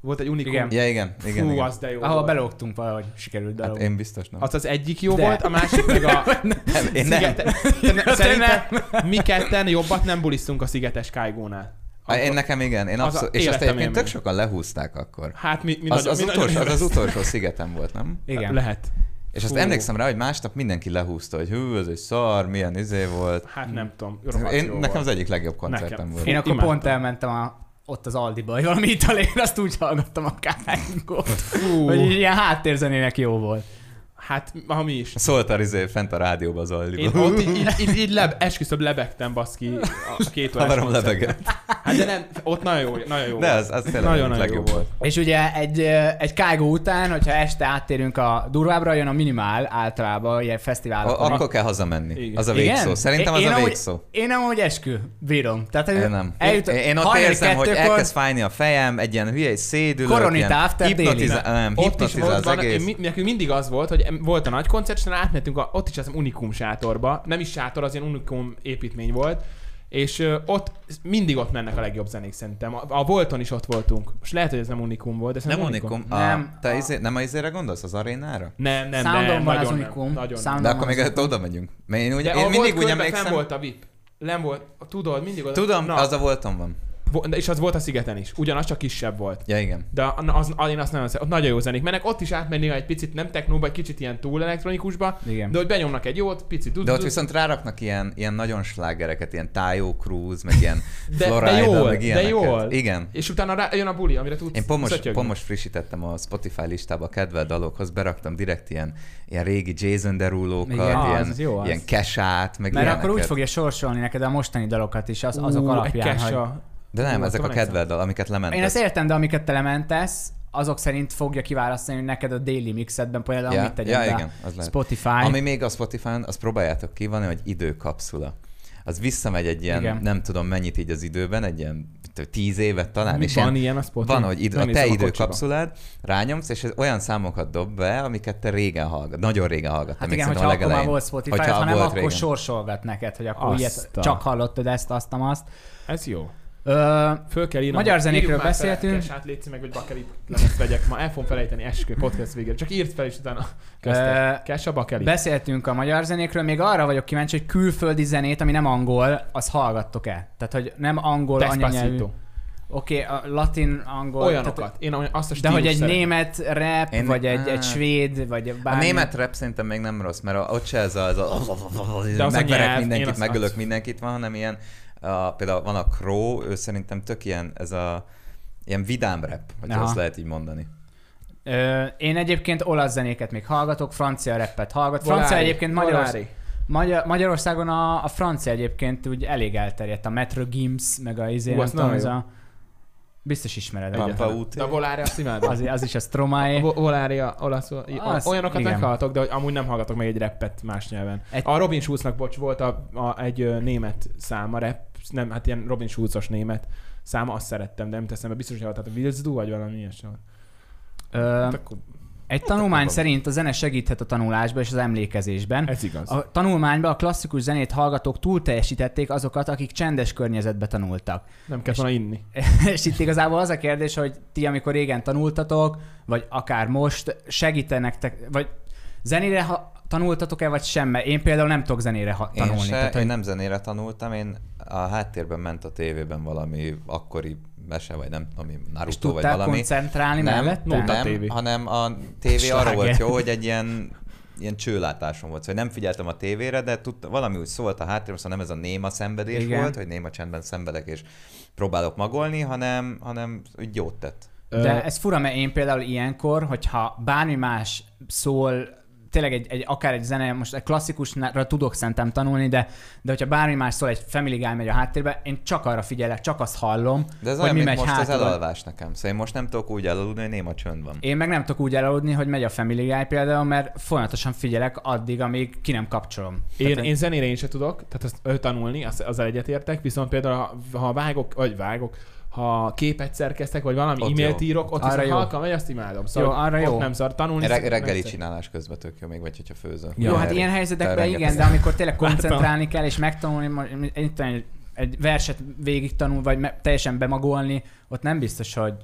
C: Volt egy Unikum.
A: Igen.
B: Ja, igen,
C: Fú,
B: igen. igen.
C: az de jó
A: ahol
C: volt.
A: belógtunk valahogy, sikerült
B: Hát
A: belógni.
B: én biztos nem.
C: Az az egyik jó
A: De.
C: volt, a másik meg a...
B: Nem, én nem.
C: Szigete...
A: nem.
C: Szerintem mi ketten jobbat nem bulisztunk a szigetes kájgónál.
B: Á, Én nekem igen, én
C: Az a
B: abszolút. És azt
C: életem
B: egyébként tök
C: élmény.
B: sokan lehúzták akkor.
C: Hát mi, mi
B: Az
C: nagyon,
B: az,
C: mi
B: utolsó,
C: nagyon
B: az, az utolsó szigetem volt, nem?
A: Igen.
C: Lehet.
B: És azt
C: Fú.
B: emlékszem rá, hogy másnap mindenki lehúzta, hogy hű, ez egy szar, milyen izé volt.
C: Hát nem tudom.
B: Én, nekem az egyik legjobb koncertem
C: Nekem.
B: volt.
A: Én akkor
C: Imádtam.
A: pont elmentem a, ott az Aldiba, hogy valami italén, azt úgy hallgattam a kánygot,
C: Fú.
A: hogy így ilyen háttérzenének jó volt.
C: Hát, ha mi is.
B: Szóltál izé fent a rádióba az
C: Én
B: Alliba.
C: ott így, így, így, így leb, esküszöbb lebegtem, baszki, a két órás
B: Haverom
C: koncerten.
B: lebegett.
C: Hát de nem, ott nagyon jó, nagyon jó
B: De
C: volt.
B: az, az tényleg
C: Nagyon-nagyon
B: nagyon legjobb
C: jó
B: volt.
A: És ugye egy, ö, egy kágó után, hogyha este áttérünk a durvábbra, jön a minimál általában ilyen fesztiválokon.
B: A- Akkor kell hazamenni.
C: Igen.
B: Az a
A: Igen?
B: végszó. Szerintem az
A: Én
B: a
A: amúgy-
B: végszó.
A: Én amúgy eskü, bírom. Tehát, hogy
B: Én nem.
A: eljut-
B: én, én ott
A: hajnali
B: érzem, hogy
A: kettőkor-
B: elkezd fájni a fejem, egy ilyen hülye, egy szédülök,
A: Koronit
B: ilyen
A: after
B: hipnotizál,
A: daily.
B: nem,
C: Ott is
B: hipnotizál
C: volt,
B: az
C: van, én,
B: egész.
C: mi- nekünk mindig az volt, hogy em- volt a nagy koncert, és aztán átmentünk, a, ott is az unikum sátorba, nem is sátor, az ilyen unikum építmény volt, és ö, ott mindig ott mennek a legjobb zenék szerintem. A, a Volton is ott voltunk. Most lehet, hogy ez nem unikum volt, de
B: Nem
C: szerintem
B: unikum.
A: Nem.
B: A, te izé, nem a izére gondolsz, az arénára?
C: Nem, nem,
A: Soundon
C: nem,
A: van
C: nagyon
A: az
C: nem,
A: unikum.
C: Nagyon nem.
A: Sound-
B: De
A: Nem,
B: akkor
A: az
B: még előtt oda megyünk. Mert Én, úgy,
C: De
B: én
C: a
B: mindig
C: volt
B: úgy
C: körben fenn
B: emlékszem.
C: volt a VIP. Nem volt, tudod, mindig oda.
B: Tudom,
C: na,
B: az a voltam van.
C: vo- És az volt a szigeten is. Ugyanaz, csak kisebb volt.
B: Ja, igen.
C: De az, az, én azt nagyon szeretem. Ott nagyon jó zenék mennek. Ott is átmenni egy picit nem technóba, egy kicsit ilyen túl elektronikusba.
A: Igen.
C: De hogy benyomnak egy jót, picit
B: De ott viszont ráraknak ilyen, ilyen nagyon slágereket, ilyen Tájó Cruz, meg ilyen
C: de
B: Florida,
C: jól,
B: meg
C: de
B: ilyeneket.
C: jól.
B: Igen.
C: És utána rá, jön a buli, amire tudsz
B: Én pomos,
C: szötyögni.
B: pomos frissítettem a Spotify listába a kedvelt dalokhoz, beraktam direkt ilyen, ilyen régi Jason Derulo-kat,
A: Igen.
C: Ah,
B: ilyen,
C: az jó az.
B: ilyen kesát, meg
A: Mert
B: ilyeneket.
A: akkor úgy fogja sorsolni neked a mostani dalokat is az, azok
C: Ú,
A: alapján,
C: egy
A: hogy...
C: kessa.
B: De nem,
C: Ú,
B: ezek a
C: attól megszem.
B: kedvelt dal, amiket lementesz.
A: Én ezt értem, de amiket te lementesz, azok szerint fogja kiválasztani hogy neked a daily mixedben például,
B: Ja,
A: amit tegyek
B: ja,
A: be.
B: igen, az lehet.
A: Spotify.
B: Ami még a Spotify-on, azt próbáljátok ki, van hogy időkapszula. Az visszamegy egy ilyen,
A: Igen.
B: Igen. nem tudom mennyit így az időben, egy ilyen mit tudom, tíz évet talán.
C: Mi
B: és
C: van
B: ilyen,
C: ilyen a Spotify?
B: van, hogy idő,
C: Nem
B: a te
C: nézem a kocsiba.
B: időkapszulád, rányomsz, és ez olyan számokat dob be, amiket te régen hallgat, nagyon régen hallgattam.
A: Hát
B: még
A: igen, hogyha
B: szerintem a
A: akkor már
B: legelején.
A: volt Spotify,
B: Hogyha
A: ha nem,
B: volt
A: akkor
B: régen.
A: sorsolgat neked, hogy akkor
C: Azt
A: ilyet,
C: a-
A: csak hallottad ezt, azt, azt.
C: Ez jó.
A: Ö,
C: Föl kell írnom.
A: Magyar zenékről
C: Írjuk már
A: beszéltünk.
C: Fel, Kes, átlétszi meg, hogy bakeli lemezt vegyek. Ma el fogom felejteni eskü podcast végére. Csak írd fel, és utána
A: Ö,
C: köztet. Kes a bakeli.
A: Beszéltünk a magyar zenékről, még arra vagyok kíváncsi, hogy külföldi zenét, ami nem angol, az hallgattok-e? Tehát, hogy nem angol anyanyelvű.
C: Despacito.
A: Oké, a latin angol. Tehát,
C: Olyanokat. Én olyan- azt a
A: de
C: stílus
A: hogy egy
C: szeretem.
A: német rap,
B: Én-
A: vagy egy, egy
B: á.
A: svéd, vagy
B: A
A: bármi.
B: német rap szerintem még nem rossz, mert a- ott se ez a, ez a
C: De az a
B: megverek
C: nyelv, én
B: mindenkit,
C: azt-
B: megölök
C: azt-
B: mindenkit van, hanem ilyen, a, például van a Crow, ő szerintem tök ilyen, ez a ilyen vidám rap, hogyha
A: Aha.
B: azt lehet így mondani.
A: Ö, én egyébként olasz zenéket még hallgatok, francia rappet hallgat.
C: Volari,
A: Francia egyébként Magyarország,
C: Volari.
A: Magyar, Magyarországon a, a francia egyébként úgy elég elterjedt. A Metro Gims, meg a izé,
C: Ú,
A: nem
C: az
A: tudom,
C: nagyon
A: ez
C: jó.
A: a... Biztos ismered
B: Van
A: egyet.
B: Pampa út.
C: De a volári azt imádom.
A: Az, az is a Stromae.
C: Vo- Volária, olaszul,
A: Az-
C: az, olyanokat
A: igen.
C: meghallgatok, de hogy amúgy nem hallgatok meg egy rappet más nyelven.
A: Egy-
C: Egy... A Robin Schulznak, bocs, volt a, a, egy ö, német száma, rap, nem, hát ilyen Robin Schulzos német száma, azt szerettem, de nem teszem be, biztos, hogy hallottam, Wilsdu vagy valami ilyesmi.
A: Ö,
C: Hát akkor
A: Egy tanulmány szerint a zene segíthet a tanulásba és az emlékezésben.
C: ez igaz. A...
A: A tanulmányban a klasszikus zenét hallgatók túl teljesítették azokat, akik csendes környezetbe tanultak.
C: Nem kell
A: és-
C: volna inni.
A: És itt igazából az a kérdés, hogy ti, amikor régen tanultatok, vagy akár most, segítenek, te, vagy zenére ha tanultatok-e, vagy sem? Mert én például nem tudok zenére ha-
B: Én,
A: tanulni.
B: se,
A: Tehát,
B: én
A: hogy
B: nem zenére tanultam, én a háttérben ment a tévében valami akkori mese, vagy nem tudom, mi,
A: és
B: Naruto, vagy
A: tudtál
B: valami.
A: koncentrálni
B: nem,
A: mellette?
C: Nóta
B: nem,
C: TV.
B: hanem a tévé arra
A: Sláger.
B: volt jó, hogy egy ilyen ilyen csőlátásom volt, szóval nem figyeltem a tévére, de tudta, valami úgy szólt a háttérben, szóval nem ez a néma szenvedés
A: Igen.
B: Igen. volt, hogy néma csendben szenvedek és próbálok magolni, hanem, hanem úgy jót tett.
A: De ez fura, mert én például ilyenkor, hogyha bármi más szól, tényleg egy, egy, akár egy zene, most egy klasszikusra tudok szerintem tanulni, de, de hogyha bármi más szól, egy Family Guy megy a háttérbe, én csak arra figyelek, csak azt hallom,
B: De ez
A: hogy
B: olyan,
A: mi
B: mint
A: megy
B: most
A: hátul.
B: az elalvás nekem. Szóval én most nem tudok úgy elaludni, hogy néma csönd van.
A: Én meg nem tudok úgy elaludni, hogy megy a Family Guy például, mert folyamatosan figyelek addig, amíg ki nem kapcsolom.
C: Én,
A: Tehát
C: én zenére én se tudok, tehát azt ö, tanulni, azt, azzal egyetértek, viszont például ha, ha vágok, vagy vágok, ha képet szerkeztek, vagy valami
B: Ott
C: e-mailt
B: jó.
C: írok, ott
A: Arra
C: arra
A: jó.
C: jó. halkan megy, azt imádom. Szóval
A: Jó, arra
C: ott
A: jó.
C: nem szar tanulni.
B: Re-
C: szerintem
B: reggeli
C: egyszer.
B: csinálás közben tök jó, még vagy hogyha főzök.
A: Jó,
B: Ja,
A: hát
B: erre-
A: ilyen helyzetekben
B: erre
A: igen,
B: rengeteg-
A: de amikor tényleg koncentrálni kell és megtanulni, mo- egy, egy- egy verset végig tanul, vagy me- teljesen bemagolni, ott nem biztos, hogy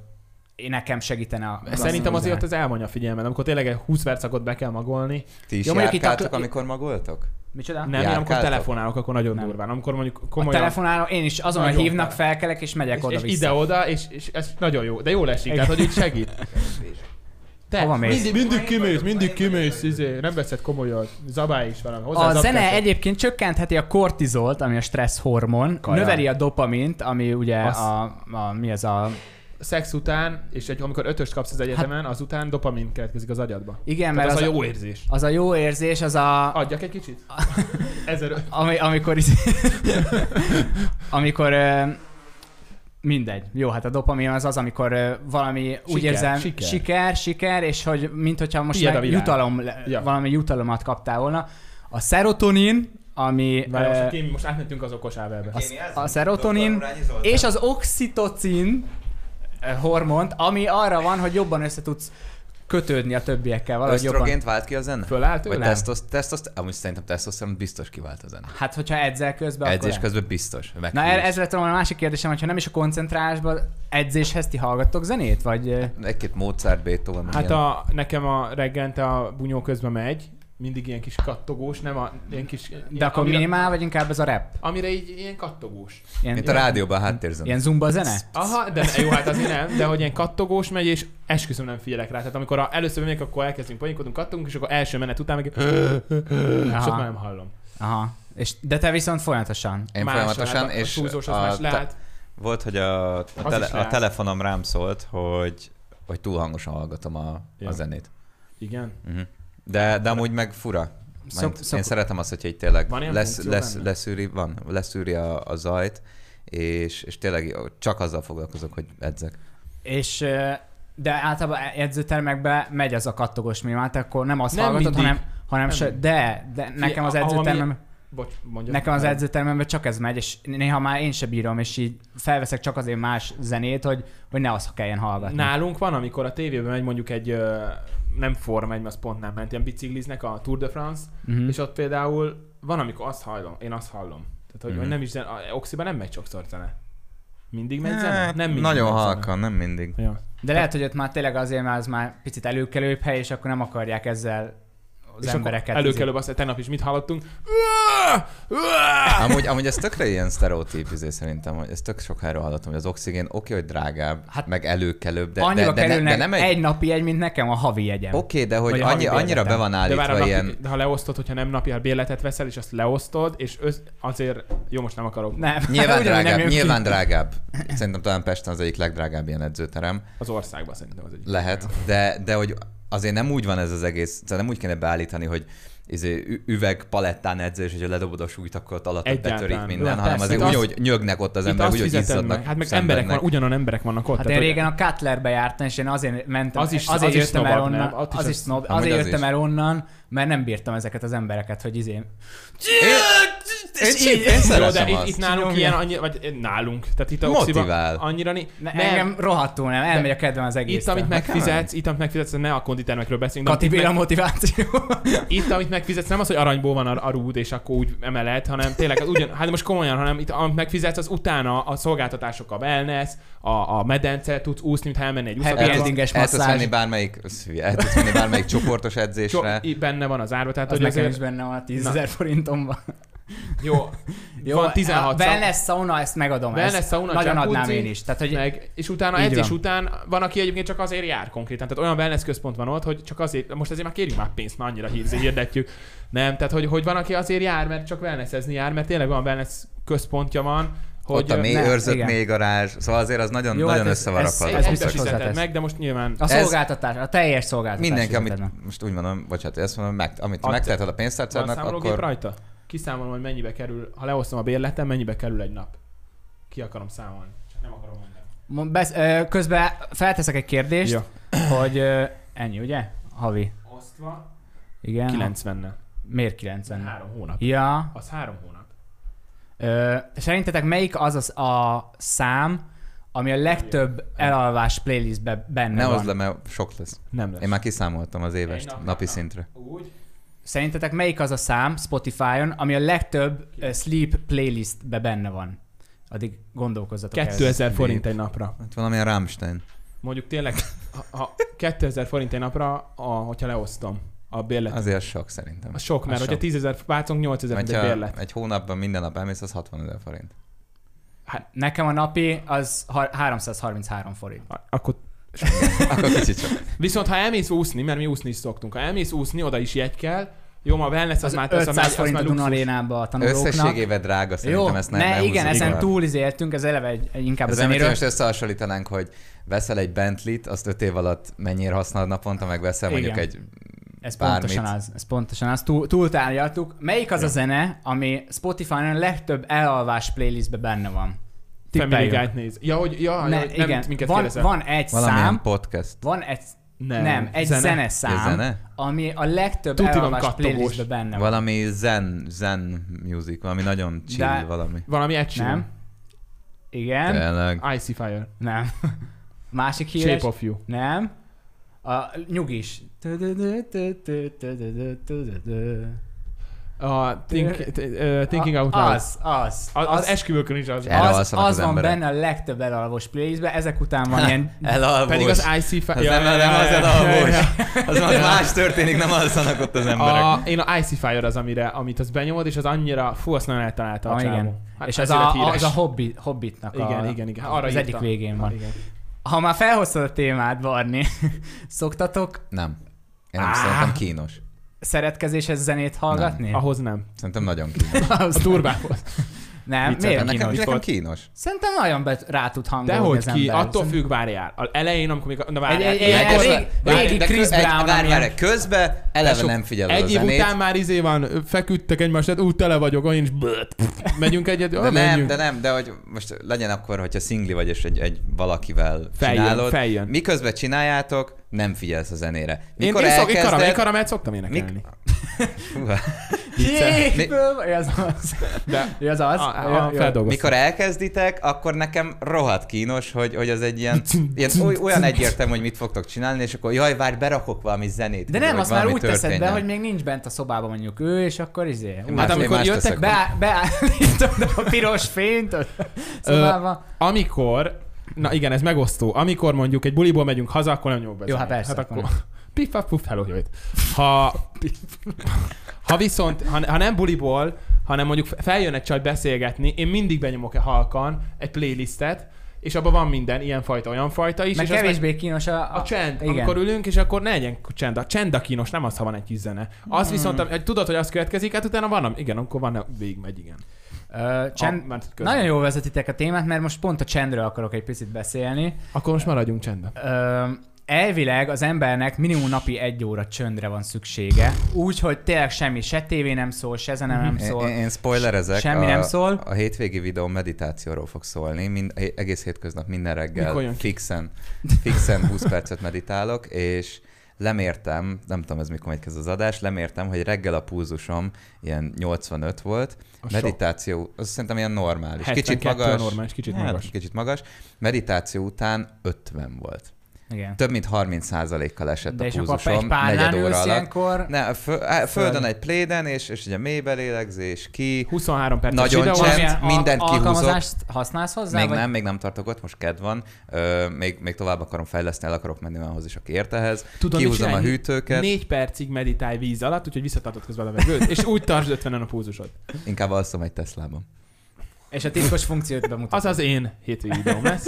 A: én- nekem segítene a klasszikus
C: Szerintem azért ott
A: zene.
C: az elmondja a figyelmet, amikor tényleg egy 20 percakot be kell magolni.
B: Ti is
A: Jó,
B: jó,
A: mondjuk itt a-
B: járkáltok, amikor magoltok?
A: Micsoda?
C: Nem, én amikor
B: Járkáltok?
C: telefonálok, akkor nagyon
A: Nem.
C: durván. Amikor mondjuk
A: A
C: komolyan...
A: telefonálom, én is azon, hogy
C: Nagyon
A: hívnak,
C: fel.
A: felkelek és megyek
C: és, és
A: oda-vissza.
C: ide-oda, és, és ez nagyon jó. De jól esik, tehát hogy így segít. Te,
A: Hova mész?
C: mindig, mindig kimész, mindig kimész, izé, nem veszed komolyan, zabály is valami. Hozzá
A: A
C: zabkát
A: zene
C: kell.
A: egyébként csökkentheti a kortizolt, ami a stressz hormon,
C: Kaján.
A: növeli a dopamint, ami ugye
C: Azt.
A: a, a, mi ez a
C: szex után, és egy, amikor ötöst kapsz az egyetemen, azután dopamin keletkezik az agyadba.
A: Igen,
C: Tehát
A: mert
C: Hát- az,
A: az,
C: a jó érzés.
A: az a jó érzés, az a,
C: Adjak egy kicsit? Ezer
A: Ami, amikor is, amikor ö, mindegy. Jó, hát a dopamin az az, amikor ö, valami siker, úgy
C: Siker,
A: érzem,
C: siker.
A: siker, siker, és hogy mint hogyha most
C: Tiéd a
A: meg
C: világ.
A: jutalom, le-
C: Ja.
A: valami jutalomat kaptál volna. A szerotonin, ami
C: Várj,
A: ö,
C: most, Kémi, most átmentünk az okos ábelbe.
A: a, a szerotonin, és az oxitocin ö, hormont, ami arra van, hogy jobban össze tudsz kötődni a többiekkel, valahogy jobban.
B: Ösztrogént vált ki a zene?
C: Föláll
B: Vagy
C: tőle?
B: tesztoszt, tesztoszt, amúgy szerintem tesztoszteron biztos kivált a zene.
A: Hát, hogyha edzel közben,
B: Edzés
A: akkor...
B: közben biztos. Meg
A: Na er- ez lett volna a másik kérdésem, hogyha nem is a koncentrálásban edzéshez ti hallgattok zenét, vagy... ö,
B: Egy-két Mozart, Beethoven,
C: Hát
B: ilyen.
C: a, nekem a reggelente a bunyó közben megy, mindig ilyen kis kattogós, nem a, ilyen kis...
A: De
C: ilyen-
A: akkor
C: amire,
A: minimál, vagy inkább ez a rap?
C: Amire így ilyen kattogós.
A: Ilyen,
B: Mint a rádióban a háttérzene.
A: ilyen zumba zene?
C: Aha, de jó, hát azért nem, de hogy ilyen kattogós megy, és esküszöm nem figyelek rá. Tehát amikor a, először megyek, akkor elkezdünk poénkodunk, kattogunk, és akkor első menet után meg így- és ott már nem hallom.
A: Aha. És, de te viszont folyamatosan.
B: Én
C: Más
B: folyamatosan,
C: lehet,
B: és
C: A túlzós az más
B: te-
C: lehet.
B: volt, hogy a, a, tele,
C: is
B: a
C: lehet.
B: telefonom rám szólt, hogy, hogy túl hangosan hallgatom a,
C: Ja.
B: a zenét.
C: Igen.
A: Mhm.
B: Uh-huh. De, de amúgy meg fura.
A: Szok,
B: Szok, szok.
A: szok,
B: Én szeretem azt, hogyha így tényleg
C: Van ilyen
B: lesz,
C: funkció
B: lesz,
C: benne?
B: leszűri, van, leszűri a, a zajt, és, és tényleg csak azzal foglalkozok, hogy edzek.
A: és ö, de általában edzőtermekben megy az a kattogós minimál, te akkor nem azt
C: Nem
A: hallgatod,
C: mindig.
A: hanem, hanem
C: Nem
A: se, de, de nekem az
C: a- ahol mi-
A: edzőtermem,
C: Bocs, mondja.
A: nekem az edzőtermemben csak ez megy, és néha már én se bírom, és így felveszek csak azért más zenét, hogy, hogy ne azt kelljen hallgatni.
C: Nálunk van, amikor a tévében megy mondjuk egy, ö, nem Forma egy, mert az pont nem ment, ilyen bicikliznek a Tour de France,
A: Mhm.
C: és ott például van, amikor azt hallom, én azt hallom. Tehát, hogy,
B: Mhm.
C: hogy nem is zen, a, Oxiban nem megy sokszor zene. Mindig megy zene?
B: Hát,
C: Nem mindig
B: nagyon
C: megy zene.
B: halkan, nem mindig.
C: Ja.
A: De lehet, hogy ott már tényleg azért, mert az már picit előkelőbb hely, és akkor nem akarják ezzel az
C: és
A: embereket.
C: akkor előkelőbb azt, hogy tegnap is mit hallottunk.
B: Amúgy, amúgy ez tökre ilyen sztereotíp izé szerintem, hogy ez tök sok helyről hallottam, hogy az oxigén oké, hogy drágább,
A: Hát-
B: hát, meg előkelőbb,
A: De,
B: de, de,
A: Annyiba
B: de, ne,
A: kerülnek
B: de nem egy...
A: egy napi egy, mint nekem a havi jegyem.
B: Oké, okay, de hogy
A: Vagy a
B: annyi,
A: havi
B: annyira be van
C: De vár a
B: állítva
C: napi,
B: ilyen...
C: de ha leosztod, hogyha nem napi, ha bérletet veszel, és azt leosztod, és össz, azért, jó, most nem akarok,
A: Nem.
B: Nyilván
A: Ugyanúgy nem
B: drágább,
A: jön ki.
B: nyilván drágább. Szerintem talán Pesten az egyik legdrágább ilyen edzőterem.
C: az országban szerintem az egy.
B: Lehet, de, de hogy azért nem úgy van ez az egész, tehát nem úgy kéne beállítani, hogy izé, ü- üveg palettán edzés, és ha ledobod a súlyt, akkor ott alatt
C: Egyáltalán.
B: betörik
A: Jó,
B: minden, hanem
A: persze.
B: azért
A: Itt
B: úgy,
C: azt-
B: hogy nyögnek ott az
C: Itt
B: emberek, úgy,
C: azt
B: hogy
C: fizeted
B: izzadnak.
C: meg. Hát meg emberek van,
B: szenvednek.
C: ugyanan emberek vannak ott.
A: Hát én
C: tehát, hogy-
A: régen a Cutlerbe jártam, és én azért mentem,
C: Az is-
A: azért
C: az is
A: jöttem el
C: snobabb, nem?
A: onnan,
C: Ott is
A: az is
C: az-
A: snob,
B: amúgy
A: azért
B: az
A: jöttem
B: is.
A: el onnan, mert nem bírtam ezeket az embereket, hogy izé...
B: Én,
A: És
B: én,
A: így-
B: én
C: Jó, de
B: szeretem
C: itt,
B: azt.
C: itt nálunk ilyen, annyi, vagy eh, nálunk, tehát itt a Oxiban
B: Motivál.
C: annyira ni-
A: Ne,
C: nem.
A: engem rohadtul nem, elmegy a kedvem az egész.
C: Itt, amit megfizetsz, itt, amit megfizetsz, ne a konditermekről beszélünk, de
A: Kati
C: itt,
A: Béla
C: meg,
A: motiváció.
C: itt, amit megfizetsz, nem az, hogy aranyból van a, a rúd, és akkor úgy emeled, hanem tényleg az ugyan, hát most komolyan, hanem itt, amit megfizetsz, az utána a szolgáltatások, a wellness, a, a medence, tudsz úszni, mintha elmenni egy
A: Happy
B: tudsz-
C: úszatba.
A: endinges
B: El tudsz
A: masszázs.
B: menni bármelyik, az hülye, el tudsz menni bármelyik csoportos
C: Cso-
B: edzésre.
C: í- benne van az árva, tehát
A: Az
C: Hát, hogy
A: nekem
C: azért,
A: is benne van a 10 000 forintomban.
C: jó, jó, van 16
A: a
C: szak-
A: Wellness sauna, ezt megadom.
C: Wellness
A: ezt
C: sauna,
A: Nagyon
C: jacuzzi,
A: adnám én is. Tehát, hogy
C: meg, és utána
A: Így
C: edzés
A: van.
C: után van, aki egyébként csak azért jár konkrétan. Tehát olyan wellness központ van ott, hogy csak azért, most azért már kérjük már pénzt, már annyira hír- hirdetjük. Nem, tehát hogy, hogy van, aki azért jár, mert csak wellnessezni jár, mert tényleg olyan wellness központja van, hogy
B: Ott a
C: ö,
B: mély
A: ne,
B: őrzött,
A: igen.
B: mély garázs, szóval azért az nagyon,
A: Jó, hát
B: nagyon
A: ez-
B: összevarakad.
A: ez-
C: egy-
A: ez
C: egybe
A: biztos
C: fizeted
A: hozzátesz.
C: meg, de most nyilván
A: a
B: ez-
A: szolgáltatás, a teljes szolgáltatás.
B: Mindenki, amit
A: fizeted
B: most úgy mondom, bocsánat, ezt mondom, meg, amit
C: Adsz-
B: megteheted a
C: van
B: pénztárcádnak,
C: számológép
B: akkor
C: rajta. Kiszámolom, hogy mennyibe kerül, ha leosztom a bérletem, mennyibe kerül egy nap. Ki akarom számolni. Csak nem akarom mondani.
A: meg. Besz, ö, közben felteszek egy kérdést,
C: Ja.
A: hogy ö, ennyi, ugye? Havi.
C: Osztva
A: Igen.
C: 90-nel.
A: Miért 90?
C: Három hónap.
A: Ja.
C: Az három hónap.
A: Ö, szerintetek melyik az, az a szám, ami a legtöbb elalvás playlistben benne
B: ne
A: van?
B: hozd le, mert sok lesz.
C: Nem lesz.
B: Én már kiszámoltam az évest,
C: Egy nap-
B: napi
C: nap.
B: szintre.
C: Úgy.
A: Szerintetek melyik az a szám Spotify-on, ami a legtöbb ö, sleep playlistbe benne van? Addig gondolkozzatok el.
C: 2000 forint
B: forint
C: egy napra.
B: Hát valamilyen Rammstein.
C: Mondjuk tényleg, ha, ha 2000 forint egy napra, a, hogyha leosztom a bérletet.
B: Azért sok szerintem.
C: A sok, mert
B: az
C: hogyha
B: sok.
C: 10 ezer váltunk, 8 ezer egy
B: Hogyha
C: bérlet.
B: egy hónapban minden nap elmész, az 60 ezer forint.
A: Hát, Nekem a napi az ha- 333 forint.
C: A- Akkor
B: Akkor kicsit sok.
C: Viszont ha elmész úszni, mert mi úszni is szoktunk, ha elmész úszni, oda is jegy kell, Jó, ma a wellness az, már már, az, már-
A: 500
C: az
A: forint
C: már
A: a Duna
C: luxus.
A: arénába a tanulóknak.
B: Összességében drága, szerintem
A: Jó,
B: ezt
A: ne,
B: nem, nem
A: igen,
B: húzzuk
A: ezen
B: fel.
A: túl izéltünk, ez eleve egy, egy inkább
B: Ez
A: az
B: nem, hogy
A: zenéről.
B: most összehasonlítanánk, hogy veszel egy Bentley-t, azt öt év alatt mennyire használod naponta, meg veszel mondjuk
A: Igen.
B: egy...
A: Ez
B: bármit.
A: pontosan az, ez pontosan az. Túl, túltárgyaltuk. Melyik az a zene, ami Spotify-on a legtöbb elalvás playlistbe benne van?
C: Family
A: Tippeljük.
C: Guide néz. Ja, hogy ja,
A: Ne,
C: ja, hogy nem
A: igen,
C: minket
A: van,
C: kérdezel.
A: van egy
B: Valamilyen
A: szám,
B: podcast.
A: van egy, nem, nem egy zene.
B: Ez
A: zeneszám,
B: zene?
A: ami a legtöbb
C: Tuti van
A: elalvás
C: kattogós.
A: playlistbe benne van.
B: Valami zen, zen music, valami nagyon chill,
A: De-
B: valami.
C: Valami egy
A: Nem?
C: nem.
A: Igen?
B: Tényleg.
C: Icy Fire.
A: Nem. Másik híres?
C: Shape of You.
A: Nem. A nyugis. Tö-tö-tö-tö-tö-tö-tö-tö-tö-tö.
C: A think,
A: Ö,
C: t- ö, Thinking Out Loud. Az,
A: Az, az.
C: az, az esküvőkön is az.
B: Erre
A: az, az,
B: alszanak az
A: van
B: emberek.
A: benne a legtöbb elalvos playlistbe, ezek után van ilyen...
B: Elalvós.
C: Pedig az Icy Fire.
B: Az nem, nem az elalvós. Az már más történik, nem alszanak ott az emberek.
C: A, én a Icy Fire az, amire, amit az benyomod, és az annyira, fú, azt nagyon eltalálta a
A: Ah, igen.
C: csávó. Hát
A: és az
C: ezért
A: a,
C: lett híres.
A: az a hobbi, hobbitnak
C: Igen,
A: a,
C: igen, igen.
A: Arra
C: Arra
A: az
C: írta.
A: egyik végén
C: Ah,
A: van.
C: igen.
A: Ha már felhoztad a témát, Barni, szoktatok
B: Nem. Én nem
A: Á.
B: szerintem kínos.
A: szeretkezéshez zenét hallgatni?
C: Ahhoz nem.
B: Szerintem nagyon kínos.
C: Az durvához.
A: Nem,
C: Mit
A: miért
B: nekem,
A: kínos?
B: nekem
C: volt?
B: kínos.
A: Szerintem nagyon be, rá tud
C: De
A: hangolni az
C: hogy ki,
A: ember.
C: attól függ, várjál. A elején, amikor még... Na várjál.
A: Egy- egy- egy-
B: Meg-
A: egy-
B: de-
A: rég-
B: de-
A: régi
B: de-
A: Chris
B: egy-
A: Brown,
B: Várj,
A: amilyen-
B: várj, közben eleve
C: Sok-
B: nem figyeled
C: Egy
B: a
C: év
B: zenét.
C: után már izé van, feküdtek egymás, tehát ú, tele vagyok, olyan is megyünk egyet,
B: De nem, de nem, de hogy most legyen akkor, hogyha szingli vagy, és egy, egy valakivel
C: feljön,
B: csinálod.
C: feljön.
B: Mikor csináljátok, nem figyelsz a zenére.
C: Én,
B: Mikor
C: én, szok, én,
B: elkezded...
C: karam, én karamelt szoktam énekelni.
B: Mik- Húha.
A: Jégből, vagy az az.
C: De
A: Vagy az az.
C: a,
A: Jó,
C: a, a
A: jó.
C: Ah, feldolgoztam.
B: Mikor elkezditek, akkor nekem rohadt kínos, hogy, hogy az egy ilyen, ilyen oly- olyan egyértelmű, hogy mit fogtok csinálni, és akkor jaj, várj, berakok valami zenét.
A: De
B: hogy
A: nem, azt már
B: valami
A: úgy teszed be,
B: történjen.
A: hogy még nincs bent a szobában mondjuk ő, és akkor izé.
B: Én
A: úgy-
B: más-
C: Hát
B: én
C: amikor
B: más
C: jöttek
B: teszek.
A: Beá- Beállítod a piros fényt a szobába.
C: Amikor, na igen, ez megosztó, amikor mondjuk egy buliból megyünk haza, akkor nem nyomok be
A: Jó, hát
C: zenét.
A: persze,
C: Hát
A: akkor
C: akkor pif paf puf, hello, jöjjt. Ha, ha viszont, ha, ha, nem buliból, hanem mondjuk feljön egy csaj beszélgetni, én mindig benyomok halkan egy playlistet, és abban van minden, ilyen fajta, olyan fajta is.
A: Meg
C: és azt meg-
A: kevésbé kínos a...
C: A csend,
A: Igen.
C: igen. amikor ülünk, és akkor ne legyen csend. A csend a kínos, nem az, ha van egy kis zene. Az
A: Hmm.
C: viszont, hogy tudod, hogy az következik, hát utána van, igen, akkor van, végigmegy, igen.
A: Ö, csend...
C: A- mert közben.
A: Nagyon jól vezetitek a témát, mert most pont a csendről akarok egy picit beszélni.
C: Akkor most maradjunk csendben.
A: Ö, elvileg az embernek minimum napi egy óra csöndre van szüksége. Úgy, hogy tényleg semmi, se tévé nem szól, se zene nem
B: Mhm. Én, én-
A: szól.
B: én spoilerezek.
A: Szóval Semmi
B: a,
A: nem szól.
B: A hétvégi videón meditációról fog szólni. Mind, egész hétköznap minden
C: Mikor
B: reggel
C: jön ki?
B: fixen, fixen 20 percet meditálok, és lemértem, nem tudom ez mikor megy ez az adás, lemértem, hogy reggel a pulzusom ilyen 85 volt,
C: A sok.
B: meditáció, az szerintem ilyen normális.
C: 72
B: Kicsit
C: a
B: magas.
C: normális, kicsit
B: hát,
C: magas.
B: Kicsit magas. Meditáció után 50 volt.
A: Igen.
B: Több mint 30%-kal esett
A: De
B: a
A: és akkor ha egy
B: pulzusom
A: párnán
B: negyed óra
A: ülsz
B: alatt.
A: ilyenkor,
B: Ne, a fö, á, földön egy pléden, és, és ugye mélybe lélegzés, ki,
C: 23 perc.
B: Nagyon
C: videó,
B: csend.
A: valamilyen
B: mindent kihúzok.
A: alkalmazást használsz hozzá?
B: Még
A: vagy-
B: nem, még nem tartok ott, most kedv van. Ö, még, még tovább akarom fejleszteni, el akarok menni ahhoz is, aki ért ehhez.
C: Tudom, mit
B: Kihúzom a
C: csinálj?
B: hűtőket,
C: Négy percig meditálj víz alatt, úgyhogy visszatartod közben a levegőt, és úgy tartsd 50 a pulzusod.
B: inkább alszom egy Teslában.
A: És a titkos funkciót bemutatod.
C: Az az én hétvégi videóm lesz.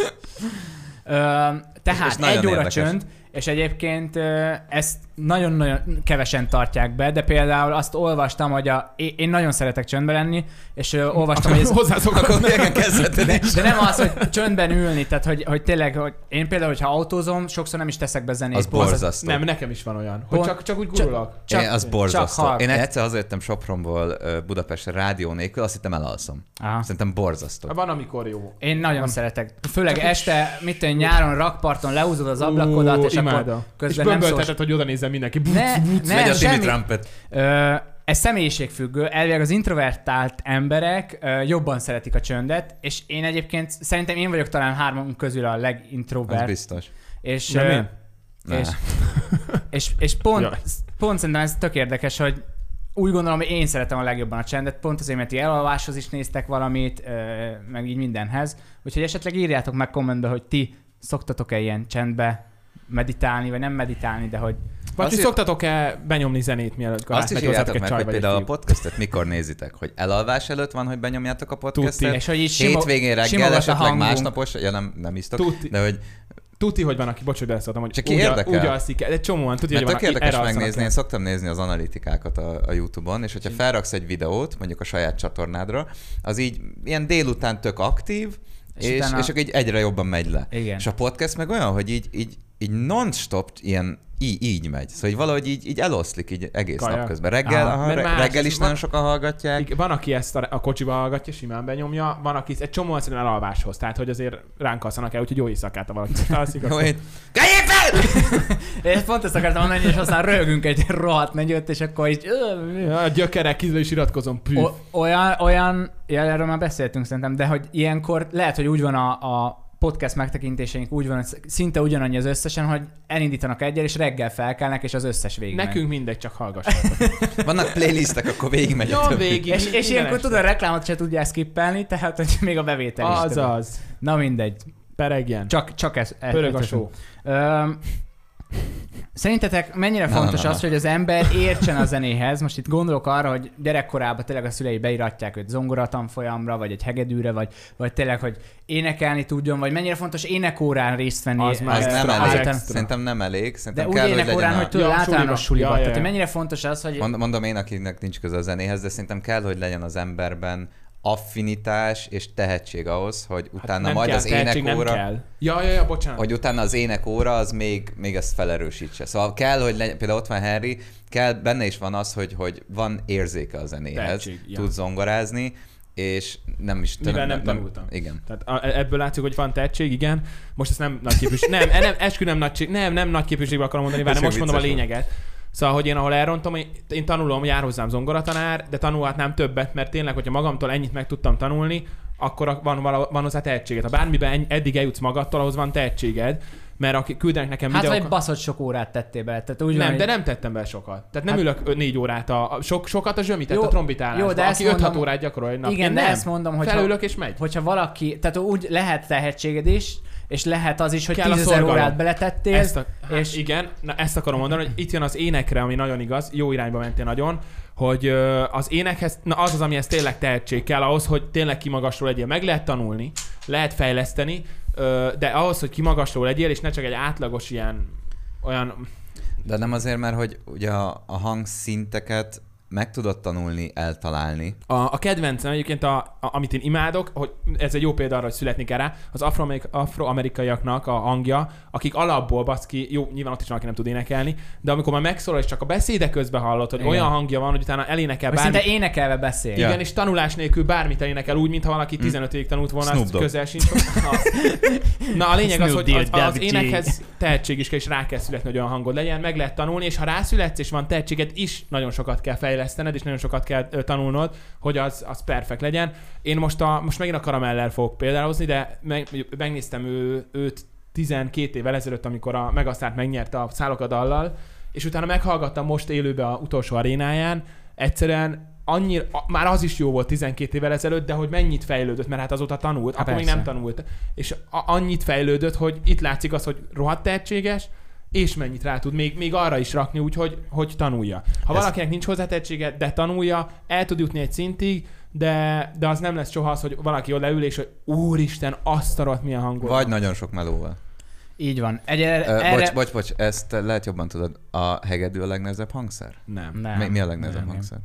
A: Ö,
B: És
A: tehát
B: nagyon
A: egy óra
B: érdekes.
A: csönd, és egyébként ö, ezt nagyon-nagyon kevesen tartják be, de például azt olvastam, hogy a, én én nagyon szeretek csöndben lenni, és ö, olvastam, hogy ez,
C: Hozzászokok.
B: Akkor tényleg kezdetlen
A: de nem az, hogy csöndben ülni, tehát hogy, hogy tényleg, hogy én például, hogyha autózom, sokszor nem is teszek be zenét.
B: Az
A: Pont-
B: borzasztó.
C: Nem, nekem is van olyan, hogy
A: Pont-
C: csak, csak úgy
A: csak-
C: gurulok.
A: csak-
B: Én, az
A: csak
B: borzasztó.
A: hallg-
B: Én egyszer hazajöttem Sopronból ö, Budapestre rádió nélkül, azt hittem elalszom.
A: Aha.
B: Szerintem borzasztó.
C: Van, amikor jó.
A: Én nagyon szeretek. Főleg este, mit tudom, nyáron rakparton leúzod az ablakodat,
C: Ú,
A: és
C: imáda.
A: akkor
C: és
A: közben nem szólsz.
C: bömböltetett, hogy oda nézzen mindenki.
A: Ne,
B: Megy
A: nem,
B: a Timmy
A: semmi,
B: Trumpet.
A: Ö, ez személyiségfüggő, elvileg az introvertált emberek ö, jobban szeretik a csöndet, és én egyébként szerintem én vagyok talán hármunk közül a
B: Az
A: legintrovert.
B: biztos.
A: És,
C: Nem
A: ö,
C: én?
B: Ne.
A: és, és, és pont,
C: Jaj.
A: pont szerintem ez tök érdekes, hogy úgy gondolom, hogy én szeretem a legjobban a csendet, pont azért, mert ti elalváshoz is néztek valamit, ö, meg így mindenhez. Úgyhogy esetleg írjátok meg kommentbe, hogy ti szoktatok-e ilyen csendbe meditálni, vagy nem meditálni, de hogy
C: Vagy
B: Azt
C: hogy
B: is-
C: szoktatok-e benyomni zenét,
B: Azt is
C: mielőtt megy hozzátok
B: írjátok meg,
C: csaj
B: hogy
C: vagy egy
B: például a
C: fiú?
B: podcastet mikor nézitek, hogy elalvás előtt van, hogy benyomjátok a podcastet,
A: és hogy így simo-
B: hétvégén reggel
A: simogat a
B: esetleg
A: hangunk.
B: másnapos, ja nem, nem isztok,
C: Tuti.
B: de hogy
C: Tuti, hogy van, aki, bocs, hogy beleszóltam, hogy
B: Csak
C: úgy, a,
B: érdekel.
C: úgy alszik el, de csomóan, tuti,
B: Mert
C: hogy van,
B: tök
C: aki
B: érdekes
C: erre alszanak
B: megnézni,
C: el.
B: én szoktam nézni az analitikákat a, a YouTube-on, és hogyha felraksz egy videót, mondjuk a saját csatornádra, az így ilyen délután tök aktív,
A: És
B: és, és,
A: utána-
B: és akkor így egyre jobban megy le.
A: Igen.
B: És a podcast meg olyan, hogy így, így, így non-stop ilyen így, így megy. Szóval így valahogy így, így eloszlik így egész
C: Kaja.
B: nap közben. Reggel,
A: Aha.
B: aha,
C: Mert
B: re-
C: más,
B: reggel
C: ez
B: is
C: ma-
B: nagyon sokan hallgatják.
C: Igen, Van, aki ezt a, a kocsiba hallgatja, simán benyomja, van, aki egy csomó egyszerűen elalváshoz, tehát hogy azért ránk alszanak el, úgyhogy jó éjszakát, ha valaki most alszik.
B: Jó,
C: akkor-
B: én- Keljél fel!
A: Én pont ezt akartam mondani, és aztán röhögünk egy rohadt negyőt, és akkor így... ö,
C: Ja, A gyökerek, kizbe is iratkozom, püf.
A: O- olyan, olyan, ja, erről már beszéltünk szerintem, de hogy ilyenkor lehet, hogy úgy van a, a podcast megtekintéseink, úgy van, hogy szinte ugyanannyi az összesen, hogy elindítanak egyel, és reggel felkelnek, és az összes végig megy.
C: Nekünk mindegy, csak hallgassatok.
B: Vannak playlistek, akkor végigmegy a
C: Nyom
B: többi.
C: végig.
A: És, és
C: Minden
A: ilyenkor
C: este.
A: tudod, a reklámot se tudják skippelni, tehát hogy még a bevétel is. tudod.
C: Azaz,
A: Na mindegy.
C: peregjen.
A: Csak, csak ez. ez
C: Pörög a
A: ez-
C: só.
A: Öm, Szerintetek mennyire
B: Na, na,
A: fontos
B: na, na.
A: az, hogy az ember értsen a zenéhez? Most itt gondolok arra, hogy gyerekkorában tényleg a szülei beiratják őt zongoratanfolyamra, vagy egy hegedűre, vagy, vagy tényleg, hogy énekelni tudjon, vagy mennyire fontos énekórán részt venni.
C: Az már
B: Az
A: extra-
B: nem
C: extra,
B: elég.
A: azután-
B: Szerintem nem elég. Szerintem
A: De úgy
B: kell, hogy legyen
A: énekórán,
B: a...
A: hogy tudod,
C: Ja,
A: általános
C: suliba.
A: suliba.
C: Ja, ja,
A: Tehát
C: ja.
A: hogy mennyire fontos az, hogy...
B: Mond- Mondom én, akinek nincs köze a zenéhez, de szerintem kell, hogy legyen az emberben affinitás és tehetség ahhoz, hogy utána
C: Hát nem
B: majd
C: kell,
B: az
C: tehetség nem
B: énekóra,
C: kell. Ja, ja, ja, bocsánat.
B: hogy utána az énekóra az még, még ezt felerősítse. Szóval kell, hogy legyen, például ott van Henry, kell, benne is van az, hogy, hogy van érzéke a zenéhez,
C: Tehetség, ja.
B: tud zongorázni, és nem is
C: Mivel nem tanultam.
B: Igen.
C: Tehát a- e, ebből látszik, hogy van tehetség, igen. Most ezt nem nagy képűség. Nem, e- nem, eskü nem nagy, nem, nem nagy képűségben akarom mondani, várj,
B: Ez
C: most
B: csak
C: mondom a
B: vicces volt.
C: lényeget. Szóval, hogy én ahol elrontom, én, én tanulom, jár hozzám zongoratanár, de tanulhatnám többet, mert tényleg, hogyha magamtól ennyit meg tudtam tanulni, akkor a- van, vala- van hozzá tehetséged. Ha bármiben en- eddig eljutsz magadtól, ahhoz van tehetséged, mert aki küldenek nekem
A: Hát,
C: videókat...
A: vagy baszott sok órát tettél be. Tehát úgy
C: nem,
A: van,
C: de
A: hogy-
C: nem tettem be sokat. Tehát nem
A: Hát-
C: hát, ülök ö- négy órát, a, a sok, sokat a zsömitett
A: Jó,
C: a trombitálásba,
A: jó, de ezt
C: aki 5-6
A: mondom-
C: órát gyakorol egy nap.
A: Igen,
C: én
A: de
C: nem.
A: ezt mondom, hogy
C: Felülök és megy.
A: hogyha valaki, tehát úgy lehet tehetséged is, és lehet az is, hogy
C: Kell a
A: 10 000
C: szorgalom.
A: órát beletettél.
C: Ezt a,
A: és-
C: és igen, na ezt akarom mondani, hogy itt jön az énekre, ami nagyon igaz, jó irányba mentél nagyon, hogy ö, az énekhez, na az az, amihez tényleg tehetség kell ahhoz, hogy tényleg kimagasról legyél. Meg lehet tanulni, lehet fejleszteni, ö, de ahhoz, hogy kimagasról legyél, és ne csak egy átlagos ilyen olyan...
B: De nem azért, mert hogy ugye a, a hangszinteket meg tudod tanulni, eltalálni.
C: A, a kedvencem egyébként, a, a, amit én imádok, hogy ez egy jó példa arra, hogy születni kell rá, az afroamerik- afroamerikaiaknak a hangja, akik alapból baszki, jó, nyilván ott is van, aki nem tud énekelni, de amikor már megszólal, és csak a beszéde közben hallod, hogy
A: Igen.
C: Igen. olyan hangja van, hogy utána elénekel
A: Vagy
C: bármit,
A: szinte énekelve beszél.
B: Ja. Mm.
C: Igen, és tanulás nélkül bármit elénekel, úgy, mintha valaki 15 évig tanult volna,
B: Snoop
C: azt
B: Dogg.
C: közel sincs. Az. Na, a lényeg az,
A: Snoop
C: hogy az,
A: Dogg,
C: az
A: Daddy
C: énekhez tehetség is kell, és rá kell születni, hogy olyan hangod legyen, meg lehet tanulni, és ha rászületsz, és van tehetséged, is nagyon sokat kell fejlesztened, és nagyon sokat kell ö, tanulnod, hogy az, az perfekt legyen. Én most, a, most megint a karamellel fogok példáhozni, de meg, megnéztem ő, őt 12 évvel ezelőtt, amikor a Megasztárt megnyerte a szálokadallal, és utána meghallgattam most élőbe a utolsó arénáján, egyszerűen annyira, a- már az is jó volt 12 évvel ezelőtt, de hogy mennyit fejlődött, mert hát azóta tanult,
A: Há,
C: akkor még
A: persze.
C: nem tanult. És a- annyit fejlődött, hogy itt látszik az, hogy rohadt tehetséges, és mennyit rá tud még, még arra is rakni, úgyhogy hogy tanulja. Ha
B: Ez-
C: valakinek nincs hozzá tehetsége, de tanulja, el tud jutni egy szintig, de, de az nem lesz soha az, hogy valaki oda ül, és hogy úristen, azt a rohadt milyen hangot.
B: Vagy nagyon sok melóval.
A: Így van. Egy, erre,
B: Ö,
A: erre...
B: Bocs, bocs, bocs, ezt lehet jobban tudod. A hegedű a legnehezebb hangszer?
C: Nem.
A: Nem,
B: Mi, mi a legnehezebb
A: nem, nem.
B: hangszer?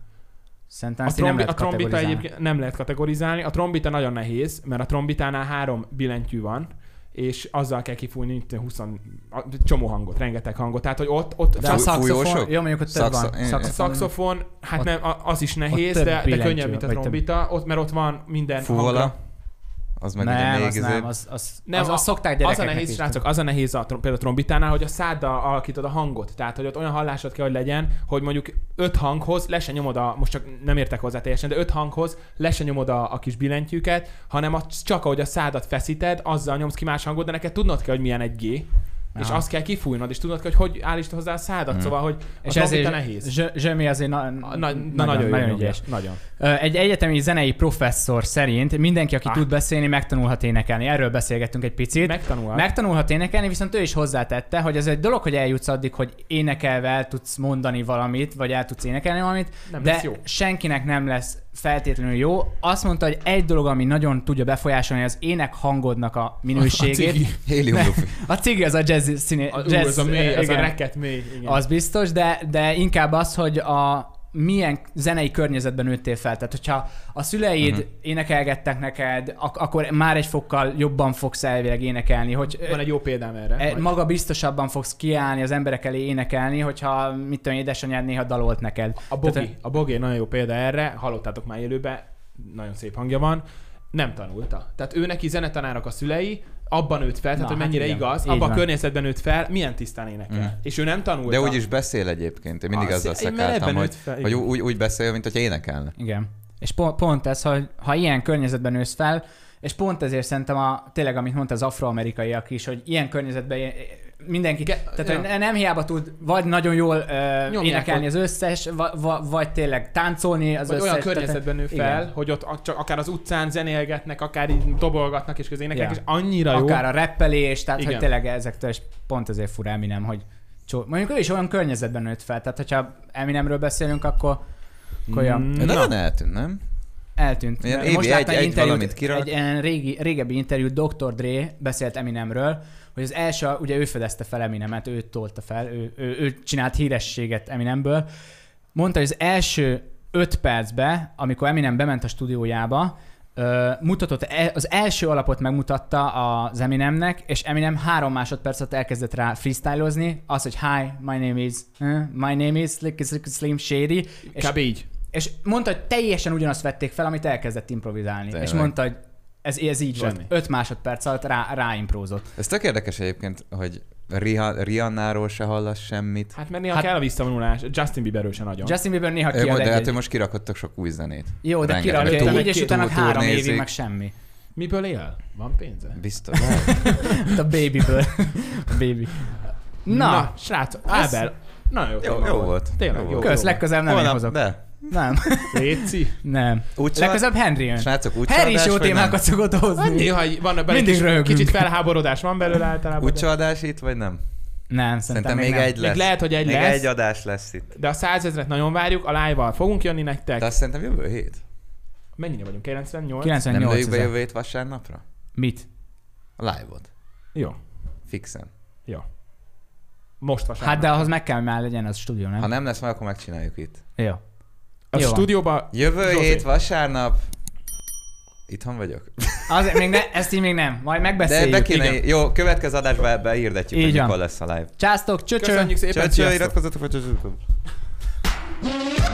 A: Szerintem
C: A,
A: ezt így nem
C: trombi, a
A: lehet
C: trombita
A: kategorizálni.
C: egyébként nem lehet kategorizálni. A trombita nagyon nehéz, mert a trombitánál három billentyű van, és azzal kell kifújni mint 20 a- csomó hangot, rengeteg hangot. Tehát, hogy ott, ott
A: De a
B: Fú-
A: szaxofon,
B: fújósok?
A: jó mondjuk, ott több
B: Szaxo-
A: van.
B: én-
A: Szaxofon-
C: a szaxofon, hát
A: Ott-
C: nem, a- az is nehéz,
A: több
C: de, de
A: billentyű
C: könnyebb, mint a
A: van, vagy több.
C: trombita, ott, mert ott van minden
B: Fúvola?
C: hangra.
B: Az meg ugye
A: Nem,
B: még
A: az nem,
B: izé...
A: az, az,
C: Nem,
A: az,
C: a-
A: azt szokták
C: Az a
A: gyerekeknek
C: nehéz,
A: is.
C: srácok, az a nehéz a, trom- például a trombitánál, hogy a száddal alakítod a hangot. Tehát, hogy ott olyan hallásod kell, hogy legyen, hogy mondjuk öt hanghoz le se nyomod a, most csak nem értek hozzá teljesen, de öt hanghoz le se nyomod a, a kis billentyűket, hanem a, csak ahogy a szádat feszíted, azzal nyomsz ki más hangot, de neked tudnod kell, hogy milyen egy G. És
A: Aha. Hm.
C: azt kell kifújnod, és tudnod kell, hogy hogy állítsd hozzá a szádat.
B: Mm.
C: Szóval, hogy
A: És
C: és ez
A: ezért
C: nehéz.
A: Zsö- Zsömi azért na,
C: Na,
A: na,
C: na,
A: nagyon,
C: nagyon,
A: nagyon ügyes.
C: Nagyon.
A: Ö, Egy egyetemi zenei professzor szerint mindenki, aki
C: Ah.
A: tud beszélni, megtanulhat énekelni. Erről beszélgettünk egy picit.
C: Megtanul.
A: Megtanulhat énekelni, viszont ő is hozzátette, hogy ez egy dolog, hogy eljutsz addig, hogy énekelve el tudsz mondani valamit, vagy el tudsz énekelni valamit,
C: nem
A: de
C: lesz jó.
A: senkinek nem lesz feltétlenül jó. Azt mondta, hogy egy dolog, ami nagyon tudja befolyásolni az ének hangodnak a minőségét.
C: cigi.
B: Hélium lufi.
A: A cigi az a jazz színé,
C: A, ú,
A: jazz,
C: ez a mély, ez a
A: igen.
C: reket mély. Igen.
A: Az biztos, de, de inkább az, hogy a milyen zenei környezetben nőttél fel. Tehát, hogyha a szüleid
C: Mhm.
A: uh-huh. énekelgettek neked, ak- akkor már egy fokkal jobban fogsz elvileg énekelni. Hogy,
C: Van egy jó példám erre.
A: E,
C: majd.
A: maga biztosabban fogsz kiállni az emberek elé énekelni, hogyha mit tudom, édesanyád néha dalolt neked.
C: A Bogi, a Bogi egy nagyon jó példa erre, hallottátok már élőben, nagyon szép hangja van, nem tanulta. Tehát ő neki zenetanárok a szülei, abban nőtt fel, tehát
A: Na,
C: hogy
A: hát
C: mennyire
A: igen.
C: igaz,
A: Így
C: abban
A: van.
C: a környezetben nőtt fel, milyen tisztán énekel. Mm. És ő nem tanulta.
B: De úgy is beszél egyébként. Én mindig
C: Azt-
B: azzal
C: én már ebben
B: szekáltam,
C: nőtt
B: hogy,
C: fel,
B: hogy
C: igen.
B: úgy, úgy beszél, mint hogyha énekelne.
A: Igen. És pont, pont ez, hogy ha ilyen környezetben nősz fel, és pont ezért szerintem a, tényleg, amit mondta az afroamerikaiak is, hogy ilyen környezetben ilyen- mindenki,
C: Ge-
A: tehát
C: ja.
A: hogy ne- nem hiába tud vagy nagyon jól ö,
C: Nyomják
A: énekelni az
C: ott.
A: összes, va, va, vagy tényleg táncolni az
C: Vagy
A: összes.
C: olyan
A: tehát-
C: környezetben nő fel,
A: Igen.
C: hogy ott ak- csak akár az utcán zenélgetnek, akár így dobolgatnak és közénekelnek,
A: Ja.
C: és annyira jó.
A: Akár a reppelés, tehát
C: Igen.
A: hogy tényleg ezektől, és pont ezért fura Eminem, hogy csó, mondjuk ő is olyan környezetben nőtt fel, tehát hogyha Eminemről beszélünk, akkor, akkor olyan
C: Mm,
B: De
C: na.
B: nagyon eltűnt, nem?
A: Eltűnt.
B: Ilyen
A: De
B: évi egy-
A: láttam
B: egy
A: interjút,
B: valamit kirak.
A: Egy ilyen régi, régebbi interjú Dr. Dre beszélt Eminemről, hogy az első, ugye ő fedezte fel Eminemet, ő tolta fel, ő, ő, ő csinált hírességet Eminemből. Mondta, hogy az első öt percbe, amikor Eminem bement a stúdiójába, ö, mutatott, e- az első alapot megmutatta az Eminemnek, és Eminem három másodperc alatt elkezdett rá freestylozni, az, hogy hi, my name is, eh, my name is, Slick, Slick, Slim Shady, és
C: Kb. így.
A: és mondta, hogy teljesen ugyanazt vették fel, amit elkezdett improvizálni.
B: Tényleg.
A: És mondta, hogy ez, ez így
C: Semmi.
A: volt. 5 másodperc alatt rá, ráimprózott.
B: Ez tök érdekes egyébként, hogy Riha- Rihannáról se hallasz semmit.
C: Hát mert néha
A: Hát-
C: kell a visszavonulás, Justin Bieberről se nagyon.
A: Justin Bieber néha
B: Ő
A: kiad
B: mond, de hát,
A: egy,
B: hogy most kirakottak sok új zenét.
A: Jó, de
B: rengeteg
A: kirakja
C: túl-
A: egy, és
C: túl-
A: utána
B: túl
A: három évig
B: nézik.
A: meg semmi.
C: Miből él? Van pénze?
B: Biztos.
A: Mint Hát a babyből. A baby. Na,
C: Na srác, Ábel, nagyon jó,
B: jó,
C: téma
B: jó volt. jó
C: Tényleg jó.
B: volt.
A: kösz, legközelebb nem én
B: Holnap-
A: hozok.
B: De.
A: Nem,
C: Léci.
A: nem.
B: Úgy
A: Legközelebb Henry jön.
B: Srácok, úgy
A: Henry is
B: csalódás,
A: jó
B: vagy nem?
A: témákat szokott
C: Hát
A: hozni.
C: néha így- van benne egy
A: Mindig
C: kis,
A: röhögünk.
C: kicsit felháborodás van belőle
A: Hát
C: általában.
B: Úgy
C: de-
B: csalódás itt, vagy nem?
A: Nem,
B: Szerintem
A: szerintem
B: még
A: nem.
B: egy
C: Még
B: lesz.
C: lehet, hogy egy
B: Még
C: lesz.
B: egy adás lesz itt.
C: De a százezret nagyon várjuk, a live-val fogunk jönni nektek.
B: De azt szerintem jövő hét.
C: Mennyire vagyunk? 98?
A: 98
B: Nem lőjük be
A: ezer.
B: jövő hét vasárnapra?
A: Mit?
B: A live-ot.
C: Jó,
B: Fixen.
C: jó. Most vasárnap.
A: Hát de ahhoz meg kell, hogy már legyen az stúdió,
B: Ha
A: nem?
B: nem lesz meg, akkor megcsináljuk itt.
A: Jó.
C: a
A: jó van.
C: stúdióba
B: Jövő
C: Zsófi.
B: hét vasárnap. Itthon vagyok.
A: Azért még ne, ezt így még nem. Majd megbeszéljük.
B: De be kéne,
A: igen.
B: jó, következő adásban be- behirdetjük,
A: Így
B: hogy
A: van.
B: mikor lesz a live.
A: Császtok, csöcsö!
C: Köszönjük szépen,
B: Csöcső,
C: sziasztok!
B: iratkozzatok, vagy csöcsö.